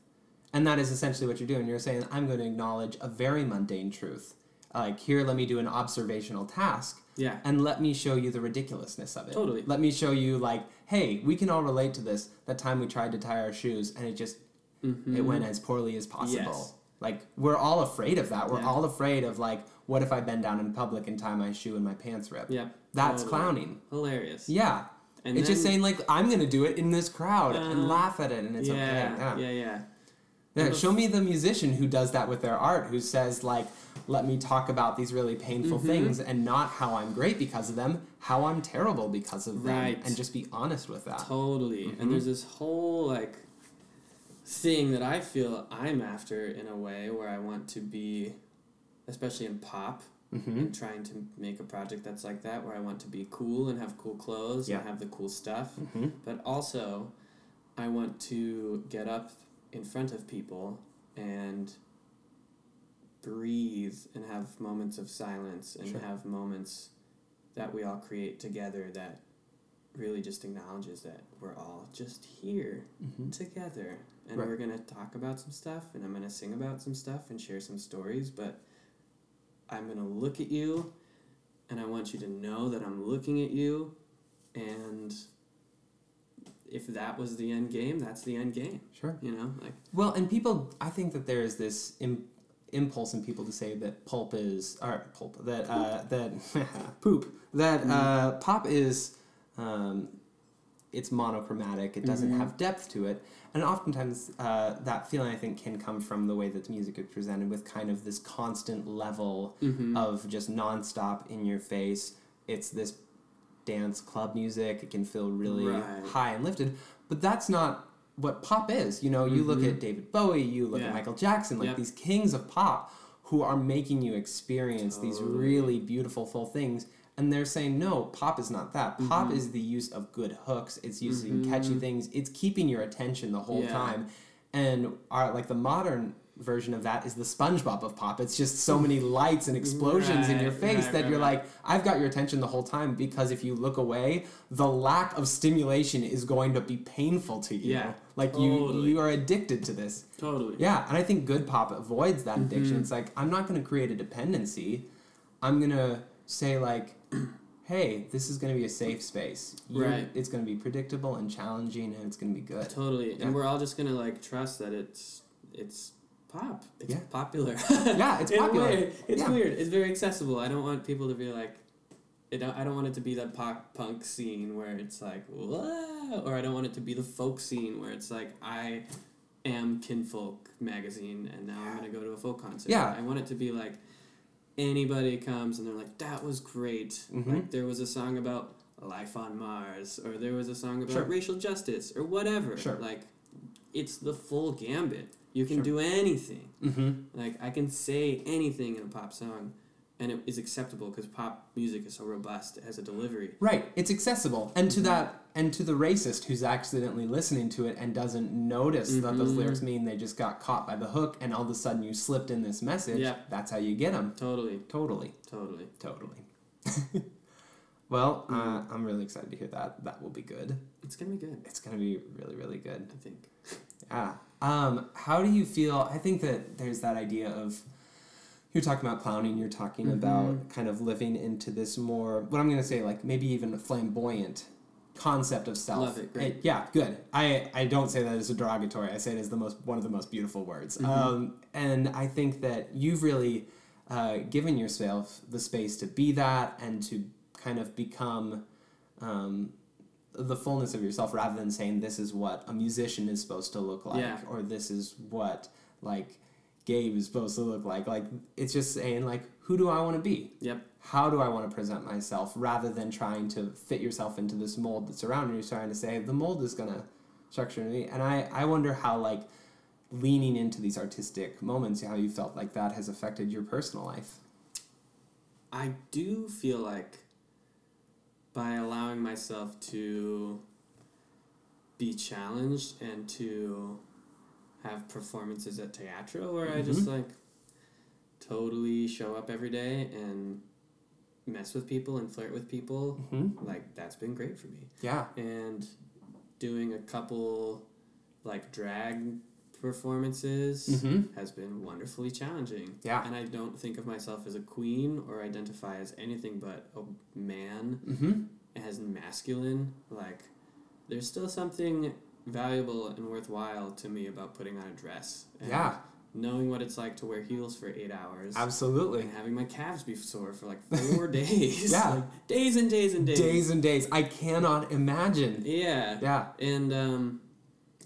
A: and that is essentially what you're doing you're saying i'm going to acknowledge a very mundane truth like here let me do an observational task
B: Yeah.
A: and let me show you the ridiculousness of it
B: Totally.
A: let me show you like hey we can all relate to this that time we tried to tie our shoes and it just
B: Mm-hmm.
A: it went as poorly as possible
B: Yes.
A: like we're all afraid of that we're
B: Yeah.
A: all afraid of like what if i bend down in public and tie my shoe and my pants rip
B: Yeah.
A: that's
B: Totally.
A: clowning
B: Hilarious.
A: yeah
B: And
A: it's just saying
B: then-
A: like i'm gonna do it in this crowd
B: Uh,
A: and laugh at it and it's
B: yeah,
A: okay
B: yeah. Yeah.
A: yeah,
B: And the-
A: show me the musician who does that with their art, who says like, "Let me talk about these really painful
B: Mm-hmm.
A: things, and not how I'm great because of them, how I'm terrible because of them,
B: Right.
A: and just be honest with that."
B: Totally.
A: Mm-hmm.
B: And there's this whole like thing that I feel I'm after in a way where I want to be, especially in pop,
A: Mm-hmm.
B: and trying to make a project that's like that, where I want to be cool and have cool clothes
A: Yeah.
B: and have the cool stuff,
A: Mm-hmm.
B: but also I want to get up in front of people and breathe and have moments of silence and
A: Sure.
B: have moments that we all create together that really just acknowledges that we're all just here
A: Mm-hmm.
B: together and
A: Right.
B: we're going to talk about some stuff and I'm going to sing about some stuff and share some stories but I'm going to look at you and I want you to know that I'm looking at you and if that was the end game that's the end game
A: Sure.
B: you know like
A: Well, and people, I think that there is this Im- impulse in people to say that pulp is or pulp that uh, that poop that uh, pop is. Um, it's monochromatic. It doesn't have depth to it, and oftentimes uh, that feeling I think can come from the way that the music is presented, with kind of this constant level
B: Mm-hmm.
A: of just nonstop in your face. It's this dance club music. It can feel really
B: Right.
A: high and lifted, but that's not what pop is. You know, you look at David Bowie, you look
B: Mm-hmm. Yeah.
A: at Michael Jackson, like
B: Yep.
A: these kings of pop who are making you experience these really beautiful full things. And they're saying, no, pop is not that. Pop
B: Mm-hmm.
A: is the use of good hooks, it's using catchy things, it's keeping your attention the whole
B: Yeah.
A: time. And our like the modern version of that is the SpongeBob of pop. It's just so many lights and explosions in your
B: Right,
A: face
B: right,
A: that
B: right,
A: you're
B: right.
A: like, I've got your attention the whole time because if you look away, the lack of stimulation is going to be painful to you.
B: Yeah,
A: Like you
B: totally.
A: you are addicted to this.
B: totally
A: Yeah, and I think good pop avoids that
B: Mm-hmm.
A: addiction. It's like I'm not going to create a dependency. I'm going to say like, "Hey, this is going to be a safe space. You're-
B: Right.
A: It's going to be predictable and challenging and it's going to be good."
B: Totally,
A: Yeah.
B: and we're all just gonna like trust that it's it's pop. It's
A: Yeah.
B: popular.
A: Yeah, it's
B: In a
A: popular.
B: way, it's
A: Yeah.
B: weird. It's very accessible. I don't want people to be like, it, I don't want it to be that pop punk scene where it's like whoa, or I don't want it to be the folk scene where it's like I am kinfolk magazine and now I'm gonna go to a folk concert.
A: Yeah.
B: I want it to be like anybody comes and they're like that was great.
A: Mm-hmm.
B: Like there was a song about life on Mars or there was a song about
A: Sure.
B: racial justice or whatever.
A: Sure.
B: Like it's the full gambit. You can
A: Sure.
B: do anything.
A: Mhm.
B: Like I can say anything in a pop song, and it is acceptable because pop music is so robust. It has a delivery.
A: Right. It's accessible. And to that and to the racist who's accidentally listening to it and doesn't notice that those lyrics mean they just got caught by the hook and all of a sudden you slipped in this message.
B: Yeah.
A: That's how you get them.
B: Totally,
A: Totally.
B: totally.
A: Totally. well, uh, I'm really excited to hear that. That will be good.
B: It's gonna be good.
A: It's going to be really, really good.
B: I think.
A: Yeah. Um, how do you feel? I think that there's that idea of you're talking about clowning, you're talking
B: Mm-hmm.
A: about kind of living into this more, what I'm going to say, like maybe even a flamboyant concept of self.
B: Love it, great.
A: yeah, good. I, I don't say that as a derogatory. I say it as the most, one of the most beautiful words.
B: Mm-hmm.
A: Um, and I think that you've really uh, given yourself the space to be that and to kind of become um, the fullness of yourself rather than saying this is what a musician is supposed to look like
B: Yeah.
A: or this is what like Gabe is supposed to look like. Like it's just saying like who do I want to be?
B: Yep.
A: How do I want to present myself rather than trying to fit yourself into this mold that's around you, trying to say the mold is gonna structure me. And I, I wonder how like leaning into these artistic moments, how you felt like that has affected your personal life.
B: I do feel like by allowing myself to be challenged and to have performances at teatro where I just like totally show up every day and mess with people and flirt with people,
A: Mhm.
B: like that's been great for me.
A: Yeah.
B: And doing a couple like drag performances
A: Mhm.
B: has been wonderfully challenging.
A: Yeah.
B: And I don't think of myself as a queen or identify as anything but a man
A: Mm-hmm.
B: as masculine, like there's still something valuable and worthwhile to me about putting on a dress. And
A: Yeah.
B: Knowing what it's like to wear heels for eight hours.
A: Absolutely.
B: And having my calves be sore for like four days.
A: Yeah.
B: Like, days and days and days.
A: Days and days. I cannot imagine.
B: Yeah.
A: Yeah.
B: And um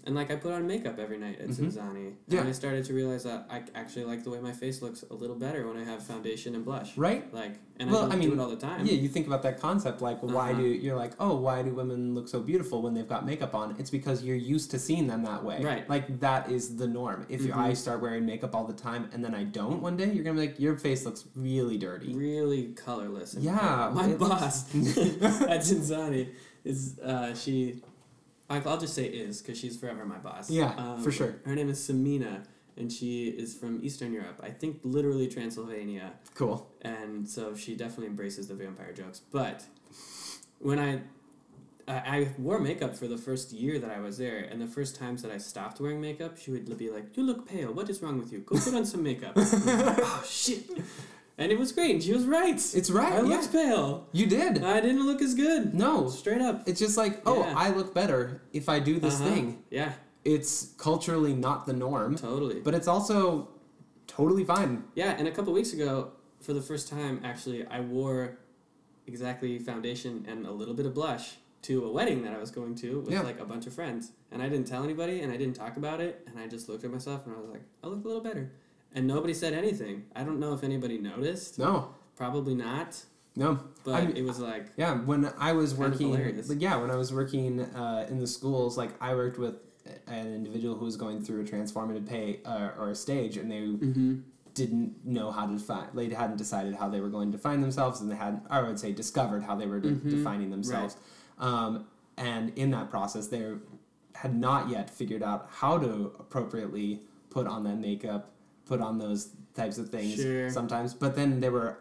B: and like I put on makeup every night at Cinzani.
A: Mm-hmm. Yeah.
B: And I started to realize that I actually like the way my face looks a little better when I have foundation and blush.
A: Right?
B: Like and
A: Well,
B: I don't
A: I mean,
B: do it all the time.
A: Yeah, you think about that concept like why
B: Uh-huh.
A: do you're like, "Oh, why do women look so beautiful when they've got makeup on?" It's because you're used to seeing them that way.
B: Right.
A: Like that is the norm. If
B: Mhm.
A: I start wearing makeup all the time and then I don't one day, you're going to be like, "Your face looks really dirty."
B: really colorless. and
A: Yeah,
B: pale. my
A: it
B: boss at Zinzani is uh, she. I- I'll just say is because she's forever my boss. Um,
A: Yeah, for sure.
B: Her name is Samina, and she is from Eastern Europe. I think literally Transylvania,
A: Cool.
B: and so she definitely embraces the vampire jokes. But when I. I I wore makeup for the first year that I was there, and the first times that I stopped wearing makeup, she would be like, "You look pale. What is wrong with you? Go put on some makeup." And I was like, oh shit! And it was great. And she was right.
A: It's right.
B: I
A: yeah.
B: looked pale.
A: You did.
B: I didn't look as good.
A: No.
B: Straight up.
A: It's just like, "Oh,
B: Yeah.
A: I look better if I do this
B: Uh-huh.
A: thing."
B: Yeah,
A: It's culturally not the norm,
B: totally.
A: but it's also totally fine.
B: yeah, and a couple weeks ago, for the first time, actually, I wore exactly foundation and a little bit of blush to a wedding that I was going to with
A: Yeah.
B: like a bunch of friends. And I didn't tell anybody and I didn't talk about it. And I just looked at myself and I was like, I look a little better. And nobody said anything. I don't know if anybody noticed.
A: No. Probably
B: Probably not.
A: No.
B: But
A: I'm-
B: it was like,
A: Yeah, when I was
B: Kind of
A: working,
B: hilarious.
A: like, yeah, when I was working uh, in the schools, like I worked with an individual who was going through a transformative pay uh, or a stage, and they
B: mm-hmm.
A: didn't know how to define. They hadn't decided how they were going to define themselves, and they hadn't, or I would say, discovered how they were de-
B: Mhm.
A: defining themselves. Um, and in that process, they had not yet figured out how to appropriately put on that makeup, put on those types of things
B: Sure.
A: sometimes. But then there were,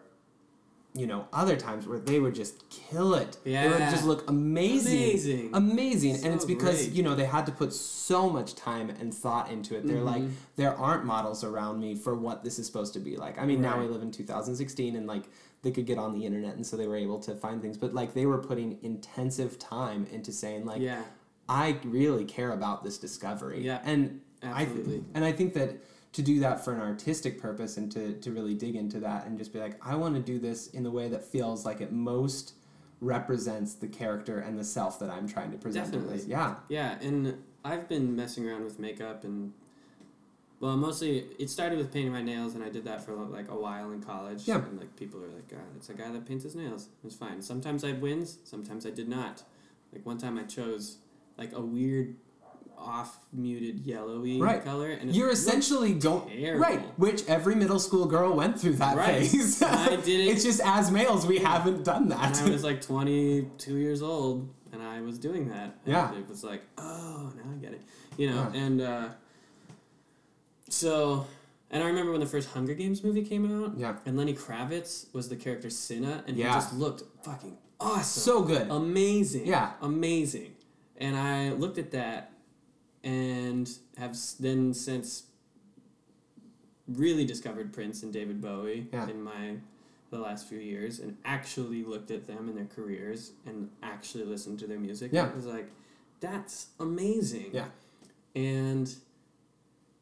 A: you know, other times where they would just kill it. They would
B: Yeah.
A: just look amazing
B: amazing.
A: amazing
B: So
A: and it's because
B: great.
A: you know they had to put so much time and thought into it they're like
B: Mhm.
A: there aren't models around me for what this is supposed to be like i mean now we
B: Right.
A: live in 2016 and like they could get on the internet and so they were able to find things but like they were putting intensive time into saying like
B: yeah,
A: i really care about this discovery
B: Yeah.
A: and i
B: absolutely.
A: th- and i think that to do that for an artistic purpose and to, to really dig into that and just be like i want to do this in the way that feels like it most represents the character and the self that i'm trying to present to
B: Definitely.
A: this. yeah
B: Yeah, and I've been messing around with makeup and well, mostly it started with painting my nails, and I did that for like a while in college.
A: Yeah.
B: And like people are like, God, it's a guy that paints his nails. It's fine. Sometimes I'd win, sometimes I did not. Like one time I chose like a weird, off muted yellowy
A: Right.
B: color, and it
A: you're
B: looked
A: essentially going
B: terrible.
A: right which every middle school girl went through that
B: Right.
A: phase
B: And I did it-
A: it's just as males we haven't done that
B: And I was like 22 years old, and I was doing that. And
A: Yeah.
B: It was like, oh, now I get it. You know,
A: Yeah.
B: and uh, so, and I remember when the first Hunger Games movie came out,
A: yeah
B: and Lenny Kravitz was the character Cinna, and
A: Yeah.
B: he just looked fucking awesome.
A: so good
B: amazing.
A: Yeah.
B: Amazing. And I looked at that and have s- then since really discovered Prince and David Bowie
A: Yeah.
B: in my the last few years and actually looked at them and their careers and actually listened to their music.
A: Yeah.
B: It was like, that's amazing.
A: Yeah.
B: And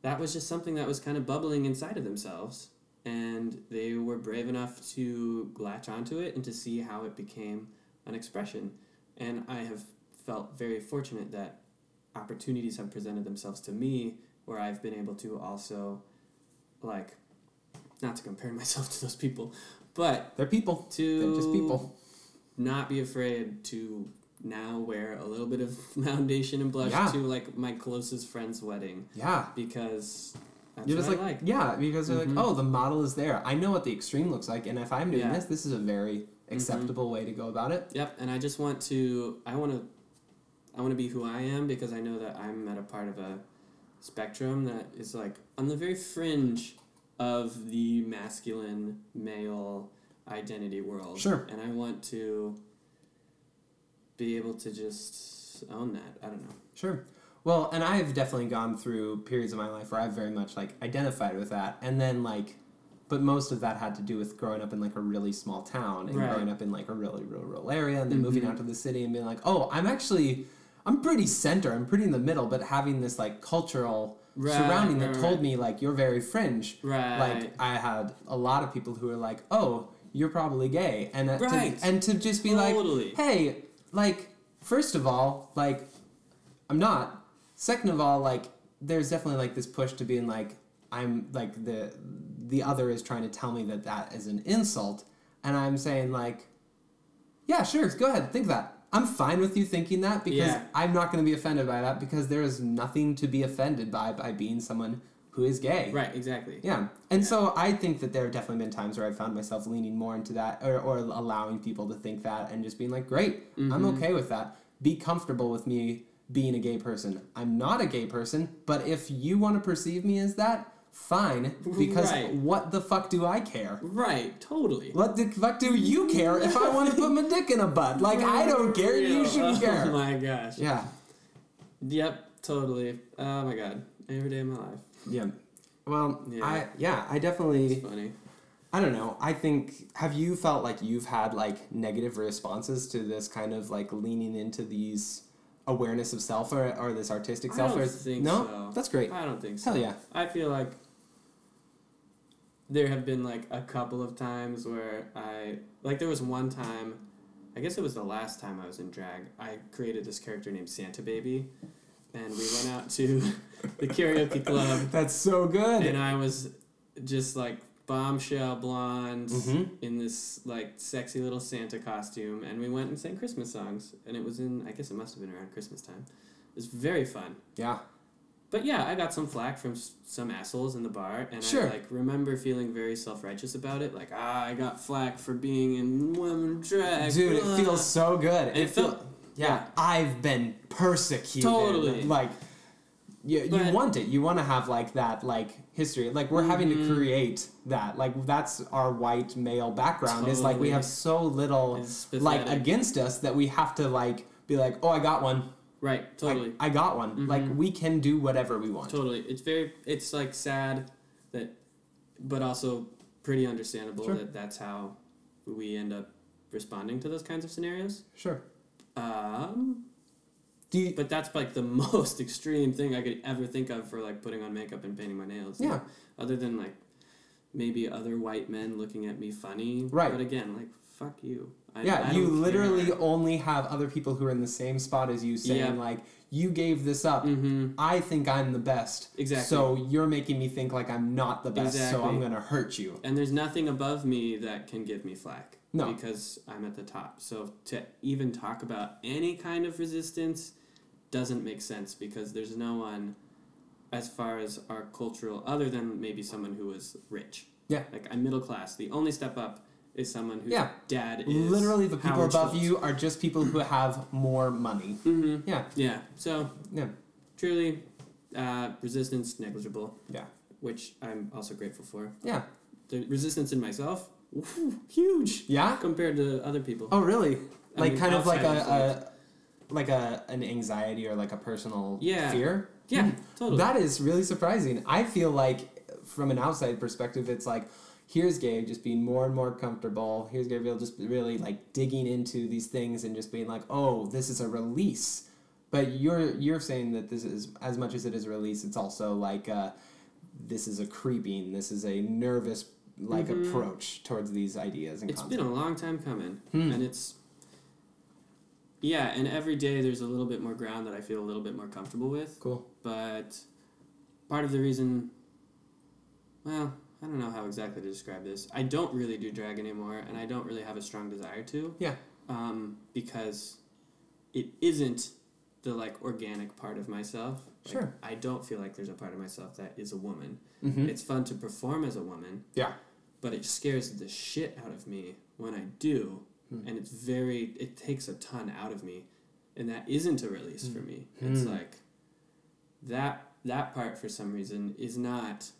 B: that was just something that was kind of bubbling inside of themselves. And they were brave enough to latch onto it and to see how it became an expression. And I have felt very fortunate that opportunities have presented themselves to me where I've been able to also, like, not to compare myself to those people, but
A: they're people
B: to
A: they're just people
B: not be afraid to now wear a little bit of foundation and blush
A: Yeah.
B: to like my closest friend's wedding
A: yeah
B: because that's
A: You're
B: what
A: just
B: I like.
A: yeah, because they're
B: Mhm.
A: like, oh, the model is there. I know what the extreme looks like, and if I'm doing
B: Yeah. Mm-hmm.
A: this, this is a very acceptable way to go about it.
B: Yep, and I just want to I want to I want to be who I am because I know that I'm at a part of a spectrum that is like on the very fringe of the masculine male identity world.
A: Sure.
B: And I want to be able to just own that. I don't know.
A: Sure. Well, and I've definitely gone through periods of my life where I've very much like identified with that, and then like, but most of that had to do with growing up in like a really small town and
B: Right. Mm-hmm.
A: growing up in like a really rural, rural area, and then moving out to the city and being like, oh, I'm actually, I'm pretty center, I'm pretty in the middle, but having this like cultural
B: Right,
A: surrounding
B: right,
A: that told
B: right.
A: me like you're very fringe.
B: Right.
A: Like I had a lot of people who were like, oh, you're probably gay, and uh,
B: Right.
A: to, and to just be
B: Totally.
A: like, hey, like first of all, like I'm not. Second of all, like there's definitely like this push to being like I'm like the the other is trying to tell me that that is an insult, and I'm saying like, yeah, sure, go ahead, think that. I'm fine with you thinking that because
B: Yeah.
A: I'm not going to be offended by that because there is nothing to be offended by by being someone who is gay.
B: Right, exactly.
A: Yeah. And so I think that there have definitely been times where I've found myself leaning more into that or, or allowing people to think that and just being like, great,
B: Mm-hmm.
A: I'm okay with that. Be comfortable with me being a gay person. I'm not a gay person, but if you want to perceive me as that, fine. Because
B: Right.
A: what the fuck do I care?
B: Right, totally.
A: What the fuck do you care if I want to put my dick in a butt? Like, I don't care. You
B: Real.
A: shouldn't
B: Oh
A: care.
B: my gosh.
A: Yeah.
B: Yep, totally. Oh my god. Every day of my life.
A: Yeah. Well,
B: Yeah.
A: I yeah, I definitely
B: It's funny.
A: I don't know. I think have you felt like you've had like negative responses to this kind of like leaning into these awareness of self or, or this artistic
B: I
A: self?
B: don't
A: or,
B: think
A: no,
B: so.
A: that's great.
B: I don't think so.
A: Hell yeah.
B: I feel like there have been like a couple of times where I like there was one time I guess it was the last time I was in drag. I created this character named Santa Baby and we went out to the karaoke club
A: That's so good.
B: and I was just like bombshell blonde
A: Mhm.
B: in this like sexy little Santa costume, and we went and sang Christmas songs, and it was in I guess it must have been around Christmas time. It was very fun.
A: yeah.
B: But yeah, I got some flack from s- some assholes in the bar, and
A: Sure.
B: I like remember feeling very self righteous about it. Like, ah, I got flack for being in women drag.
A: Dude, it
B: blah."
A: feels so good.
B: It felt
A: yeah. I've been persecuted.
B: Totally.
A: Like yeah, you
B: But-
A: want it. You want to have like that like history. Like we're having
B: Mm-hmm.
A: to create that. Like that's our white male background is like we
B: Totally.
A: have so little
B: It's pathetic.
A: like against us that we have to like be like, "Oh, I got one.
B: right, totally, Mm-hmm.
A: I, I got one." Like we can do whatever we want.
B: totally. It's very, it's like sad that, but also pretty understandable
A: Sure.
B: that that's how we end up responding to those kinds of scenarios.
A: Sure.
B: Um,
A: Do you,
B: but that's like the most extreme thing I could ever think of for like putting on makeup and painting my nails.
A: Yeah.
B: Other than like maybe other white men looking at me funny.
A: Right.
B: But again, like fuck you. I,
A: yeah,
B: I
A: you
B: don't
A: literally
B: care.
A: only have other people who are in the same spot as you saying
B: Yeah.
A: like, "You gave this up.
B: Mhm.
A: I think I'm the best.
B: Exactly.
A: So you're making me think like I'm not the best, so
B: Exactly.
A: I'm gonna hurt you.
B: And there's nothing above me that can give me flack.
A: No.
B: Because I'm at the top. So to even talk about any kind of resistance doesn't make sense because there's no one as far as our cultural other than maybe someone who is rich.
A: Yeah.
B: Like I'm middle class. The only step up is someone whose
A: Yeah.
B: dad is
A: Literally, the people
B: Howard
A: above
B: Schultz.
A: you are just people who have more money.
B: Mhm.
A: Yeah,
B: Yeah. So
A: yeah,
B: truly, uh, resistance negligible,
A: yeah,
B: which I'm also grateful for.
A: yeah,
B: The resistance in myself, whew, huge
A: yeah.
B: compared to other people.
A: Oh, really?
B: I
A: Like
B: mean,
A: kind of like a,
B: outside
A: a like a an anxiety or like a personal
B: Yeah.
A: fear.
B: Yeah, totally.
A: Hmm. That is really surprising. I feel like, from an outside perspective, it's like, here's Gabe just being more and more comfortable. Here's Gabriel just really like digging into these things and just being like, oh, this is a release. But you're you're saying that this is as much as it is a release, it's also like uh, this is a creeping, this is a nervous like approach towards these ideas and
B: Mm-hmm.
A: Hmm.
B: It's
A: concepts.
B: been a long time coming, and it's yeah. And every day there's a little bit more ground that I feel a little bit more comfortable with.
A: Cool.
B: But part of the reason, well, I don't know how exactly to describe this. I don't really do drag anymore, and I don't really have a strong desire to.
A: Yeah.
B: Um, because it isn't the like organic part of myself. Like,
A: Sure.
B: I don't feel like there's a part of myself that is a woman.
A: Mm-hmm.
B: It's fun to perform as a woman,
A: Yeah.
B: but it scares the shit out of me when I do, and it's very it takes a ton out of me, and that isn't a release for me. It's
A: Hmm.
B: like that that part for some reason is not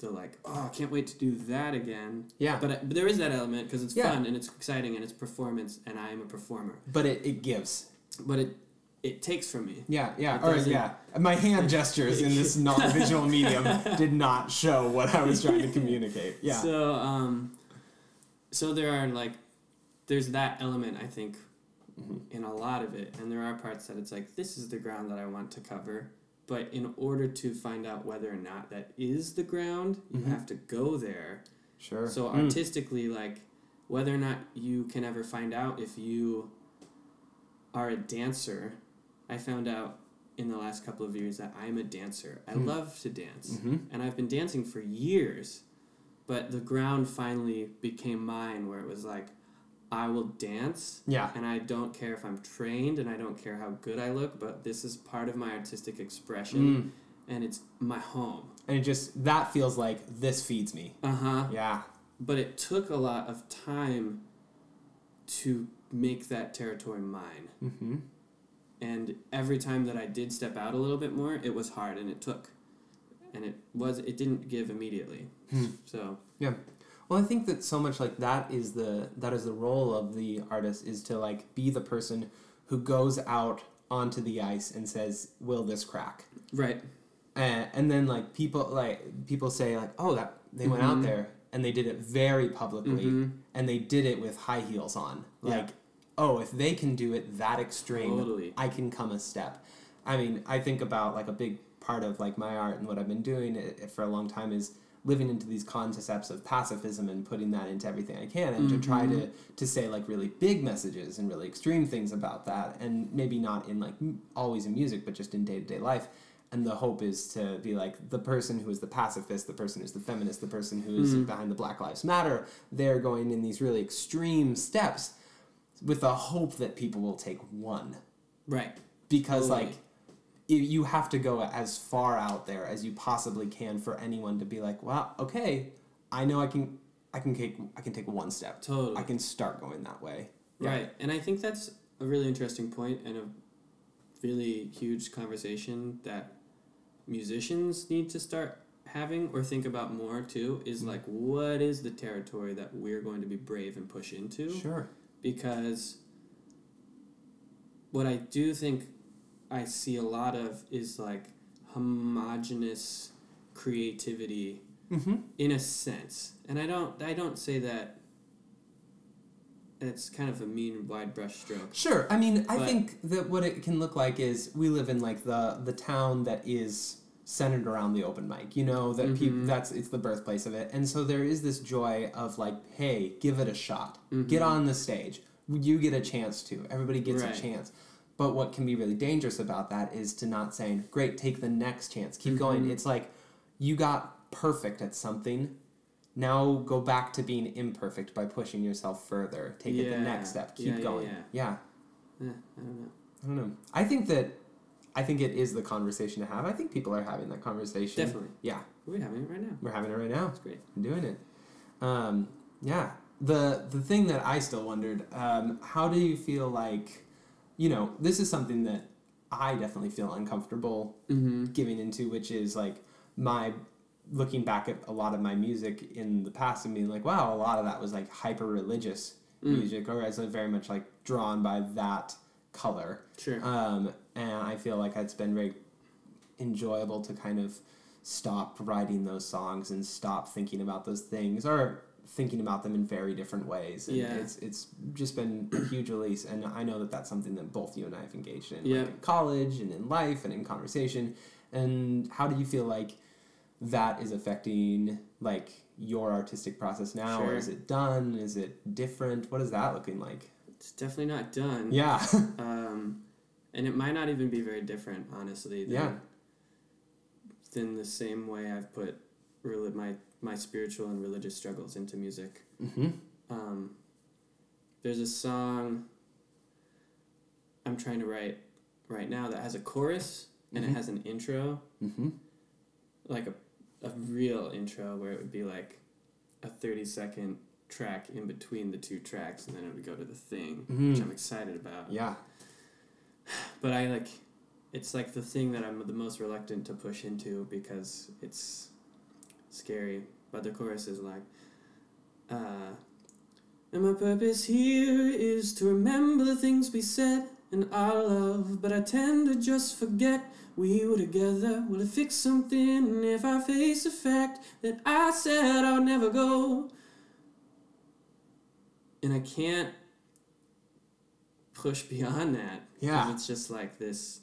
B: the like, oh, I can't wait to do that again.
A: Yeah.
B: But, I, but there is that element because it's
A: Yeah.
B: fun and it's exciting and it's performance and I am a performer.
A: But it, it gives.
B: But it it takes from me.
A: Yeah, yeah,
B: It
A: or
B: doesn't-
A: yeah. My hand gestures in this non-visual medium did not show what I was trying to communicate. Yeah,
B: So um, so there are like, there's that element I think,
A: Mm-hmm.
B: in a lot of it, and there are parts that it's like this is the ground that I want to cover, but in order to find out whether or not that is the ground, you have to go there.
A: sure. Mm. Hmm.
B: So artistically, like whether or not you can ever find out if you are a dancer, I found out in the last couple of years that I'm a dancer. I love to dance,
A: Mm-hmm.
B: and I've been dancing for years. But the ground finally became mine, where it was like, I will dance,
A: yeah,
B: and I don't care if I'm trained, and I don't care how good I look. But this is part of my artistic
A: Mm.
B: expression, and it's my home.
A: and it just that feels like this feeds me.
B: Uh huh.
A: Yeah,
B: but it took a lot of time to make that territory mine.
A: mm-hmm.
B: And every time that I did step out a little bit more, it was hard and it took. And it was it didn't give immediately. So
A: yeah. Hmm. Well, I think that so much like that is the that is the role of the artist is to like be the person who goes out onto the ice and says, "Will this crack?"
B: right.
A: and, and then like people like people say like oh that they went out there and they did it very publicly and they did it with high heels on
B: Yeah.
A: like oh if they can do it that extreme
B: Totally.
A: i can come a step i mean i think about like a big part of like my art and what i've been doing it, it for a long time is living into these concepts of pacifism and putting that into everything i can and to try to to say like really big messages and really extreme things about that and maybe not in like m- always in music but just in day-to-day life and the hope is to be like the person who is the pacifist, the person who's the feminist, the person who is behind the Black Lives Matter. They're going in these really extreme steps with the hope that people will take one
B: Right.
A: because
B: Totally.
A: like you- you have to go as far out there as you possibly can for anyone to be like, "Wow, okay, I know I can I can take I can take one step.
B: Totally.
A: I can start going that way."
B: Right. And I think that's a really interesting point and a really huge conversation that musicians need to start having or think about more too is like what is the territory that we're going to be brave and push into?
A: Sure.
B: because what I do think I see a lot of is like homogenous creativity
A: Mm-hmm.
B: in a sense. And I don't I don't say that it's kind of a mean wide brushstroke.
A: Sure. I mean, I
B: But-
A: think that what it can look like is we live in like the the town that is centered around the open mic. You know that
B: Mm-hmm.
A: peop- that's it's the birthplace of it, and so there is this joy of like, hey, give it a shot, get
B: Mm-hmm.
A: on the stage, you get a chance to. Everybody gets
B: Right.
A: a chance. But what can be really dangerous about that is to not saying, great, take the next chance, keep
B: Mm-hmm.
A: going. It's like you got perfect at something. Now go back to being imperfect by pushing yourself further. Take it the next
B: Yeah.
A: step. Keep
B: Yeah, yeah,
A: going.
B: yeah.
A: yeah.
B: Eh, I don't know.
A: I don't know. I think that I think it is the conversation to have. I think people are having that conversation.
B: Definitely.
A: Yeah,
B: We're having it right now.
A: we're having it right now.
B: It's great.
A: We're doing it. Um, yeah. The the thing that I still wondered, um, how do you feel like, you know, this is something that I definitely feel uncomfortable
B: Mm-hmm.
A: giving into, which is like my looking back at a lot of my music in the past and being like, wow, a lot of that was like hyper religious music, or I was like, very much like drawn by that color.
B: Sure.
A: Um, and I feel like it's been very enjoyable to kind of stop writing those songs and stop thinking about those things or thinking about them in very different ways. And
B: Yeah.
A: it's it's just been a huge release, and I know that that's something that both you and I have engaged in,
B: Yeah.
A: like in college and in life and in conversation. And how do you feel like that is affecting like your artistic process now, or
B: Sure.
A: is it done? Is it different? What is that looking like?
B: it's definitely not done.
A: Yeah.
B: Um, and it might not even be very different, honestly. Than,
A: Yeah.
B: Than the same way I've put reli- my my spiritual and religious struggles into music.
A: mm-hmm.
B: Um, there's a song I'm trying to write right now that has a chorus and
A: Mhm.
B: it has an intro,
A: Mm-hmm.
B: like a a real intro where it would be like a 30 second track in between the two tracks and then it would go to the thing, which
A: Mhm.
B: I'm excited about.
A: Yeah.
B: but I like it's like the thing that I'm the most reluctant to push into because it's scary, but the chorus is like, uh, and my purpose here is to remember the things we said and our love, but I tend to just forget we were together. Will it fix something if I face the fact that I said I would never go? And I can't push beyond that. 'cause
A: Yeah.
B: It's just like this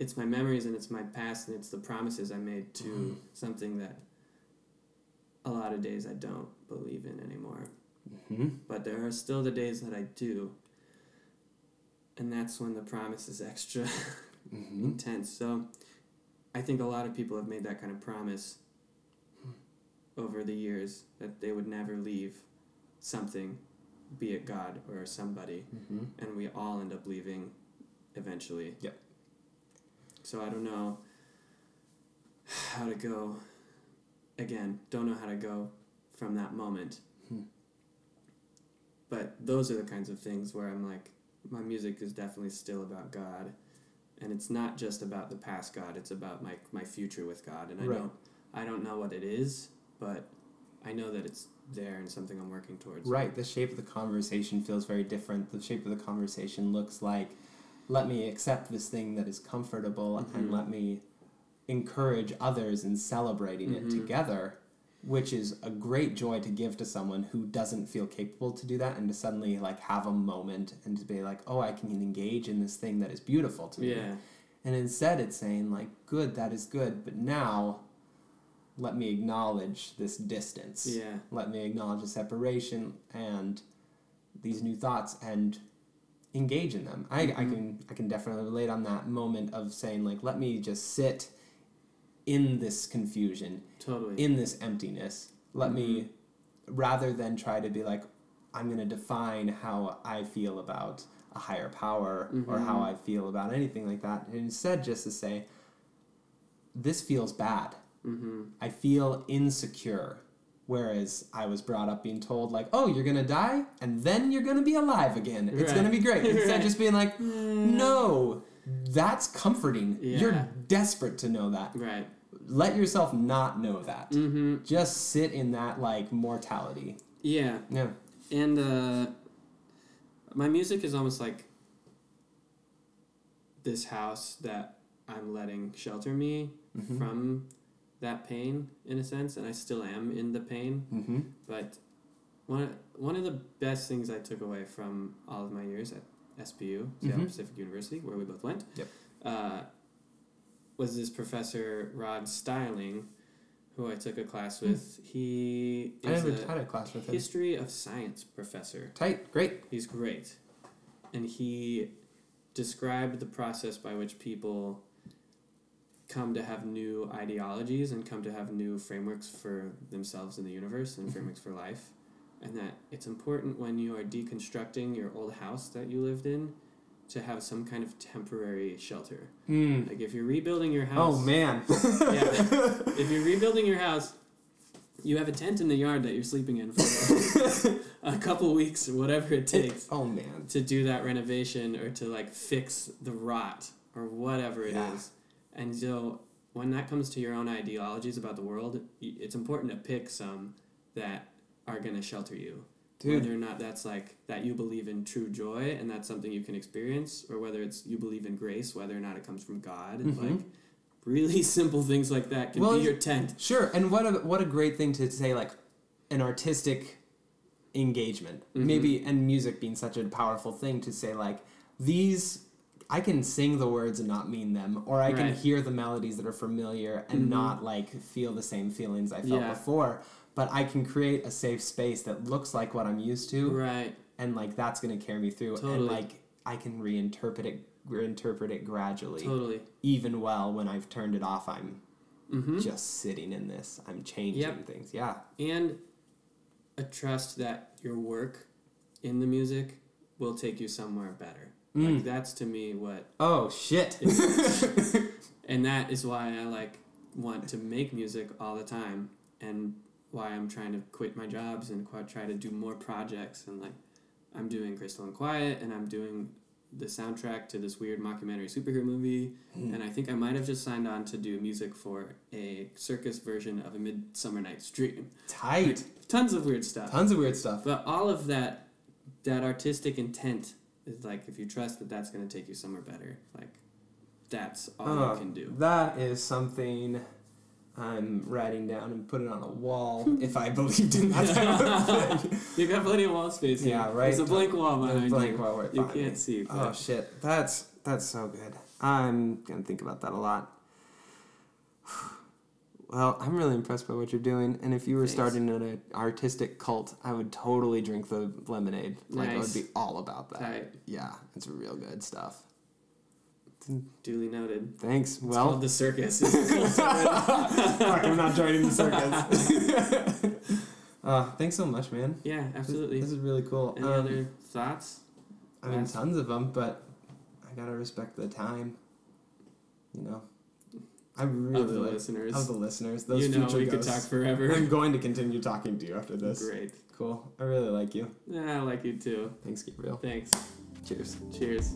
B: it's my memories and it's my past and it's the promises I made to something that a lot of days I don't believe in anymore.
A: Mm-hmm.
B: But there are still the days that I do. And that's when the promise is extra
A: Mm-hmm.
B: intense. So I think a lot of people have made that kind of promise over the years that they would never leave something, be it God or somebody.
A: Mm-hmm.
B: And we all end up leaving eventually.
A: Yep.
B: So I don't know how to go. Again, don't know how to go from that moment.
A: Hmm.
B: But those are the kinds of things where I'm like, my music is definitely still about God, and it's not just about the past God. It's about my my future with God, and I
A: Right.
B: don't I don't know what it is, but I know that it's there and something I'm working towards.
A: Right. The shape of the conversation feels very different. The shape of the conversation looks like, let me accept this thing that is comfortable and
B: Mhm.
A: let me encourage others in celebrating it
B: Mhm.
A: together, which is a great joy to give to someone who doesn't feel capable to do that and to suddenly like have a moment and to be like, oh, I can engage in this thing that is beautiful to me.
B: Yeah.
A: And instead, it's saying, like, good, that is good, but now let me acknowledge this distance.
B: Yeah.
A: Let me acknowledge the separation and these new thoughts and engage in them. I, I
B: Mhm.
A: can I can definitely relate on that moment of saying like let me just sit in this confusion,
B: Totally.
A: in this emptiness. Let me rather than try to be like I'm going to define how I feel about a higher power or how
B: Mhm.
A: I feel about anything like that. And instead just to say this feels bad.
B: mm-hmm.
A: I feel insecure. Whereas I was brought up being told, like, oh, you're gonna die and then you're gonna be alive again. It's
B: Right.
A: gonna be great. Instead,
B: Right.
A: just being like, no, that's comforting.
B: Yeah.
A: You're desperate to know that.
B: Right.
A: Let yourself not know that.
B: Mm-hmm.
A: Just sit in that, like, mortality.
B: Yeah.
A: Yeah.
B: And uh, my music is almost like this house that I'm letting shelter me
A: Mhm.
B: from that pain, in a sense, and I still am in the pain.
A: Mm-hmm.
B: But one one of the best things I took away from all of my years at SPU, Seattle
A: Mhm.
B: Pacific University, where we both went,
A: Yep.
B: uh, was this professor Rod Styling, who I took a class with. He
A: Hmm. I
B: is
A: never
B: a
A: had a class with him.
B: history of science professor.
A: Tight. Great.
B: He's great. And he described the process by which people come to have new ideologies and come to have new frameworks for themselves in the universe
A: Mm-hmm.
B: and frameworks for life. And that it's important when you are deconstructing your old house that you lived in to have some kind of temporary shelter.
A: Mm.
B: Like if you're rebuilding your house,
A: Oh, man.
B: Yeah. if you're rebuilding your house, you have a tent in the yard that you're sleeping in for a couple weeks or whatever it takes
A: oh, man.
B: to do that renovation or to like fix the rot or whatever it is,
A: Yeah.
B: And so when that comes to your own ideologies about the world, y- it's important to pick some that are going to shelter you.
A: Dude.
B: Whether or not that's like that you believe in true joy and that's something you can experience, or whether it's you believe in grace, whether or not it comes from God, and
A: Mhm.
B: like really simple things like that can
A: Well,
B: be
A: it's-
B: your tent.
A: Sure, and what a what a great thing to say like an artistic engagement.
B: Mm-hmm.
A: Maybe and music being such a powerful thing to say like these I can sing the words and not mean them, or I can
B: Right.
A: hear the melodies that are familiar and
B: Mhm.
A: not like feel the same feelings I felt
B: Yeah.
A: before. But I can create a safe space that looks like what I'm used to,
B: Right.
A: and like that's gonna carry me through. And
B: Totally.
A: like I can reinterpret it, reinterpret it gradually,
B: Totally.
A: even well when I've turned it off. I'm
B: Mm-hmm.
A: just sitting in this. I'm changing
B: Yep.
A: things. Yeah.
B: and a trust that your work in the music will take you somewhere better. Like
A: Mm.
B: that's to me what,
A: Oh shit.
B: and that is why I like want to make music all the time, and why I'm trying to quit my jobs and quite try to do more projects and like I'm doing Crystal and Quiet and I'm doing the soundtrack to this weird mockumentary superhero movie,
A: Mm.
B: and I think I might have just signed on to do music for a circus version of A Midsummer Night's Dream.
A: Tight.
B: Tons of weird stuff.
A: Tons of weird stuff.
B: But all of that, that artistic intent is like if you trust that that's going to take you somewhere better, like that's all
A: Oh,
B: you can do.
A: That is something I'm writing down and putting on a wall if I believed in that type of thing.
B: you got plenty of wall space. here.
A: Yeah, right.
B: There's a blank wall
A: The
B: behind
A: blank
B: you.
A: wall right
B: you
A: behind me.
B: can't see.
A: Oh
B: but-
A: shit, that's that's so good. I'm gonna think about that a lot. Well, I'm really impressed by what you're doing, and if you were
B: Thanks.
A: starting an artistic cult, I would totally drink the lemonade. Like I would
B: Nice.
A: be all about that.
B: Tight.
A: Yeah, it's real good stuff.
B: Duly noted.
A: Thanks.
B: It's
A: well,
B: called the circus. It's
A: Fuck, I'm not joining the circus. uh, thanks so much, man.
B: Yeah, absolutely.
A: This is really cool.
B: Any
A: Um,
B: other thoughts?
A: I mean,
B: last-
A: tons of them, but I gotta respect the time. You know, I really
B: of the
A: like-
B: listeners.
A: of the listeners. Those
B: you know,
A: future
B: we could
A: ghosts.
B: talk forever.
A: I'm going to continue talking to you after this.
B: Great.
A: Cool. I really like you.
B: Yeah, I like you too.
A: Thanks, Gabriel.
B: Thanks.
A: Cheers.
B: Cheers.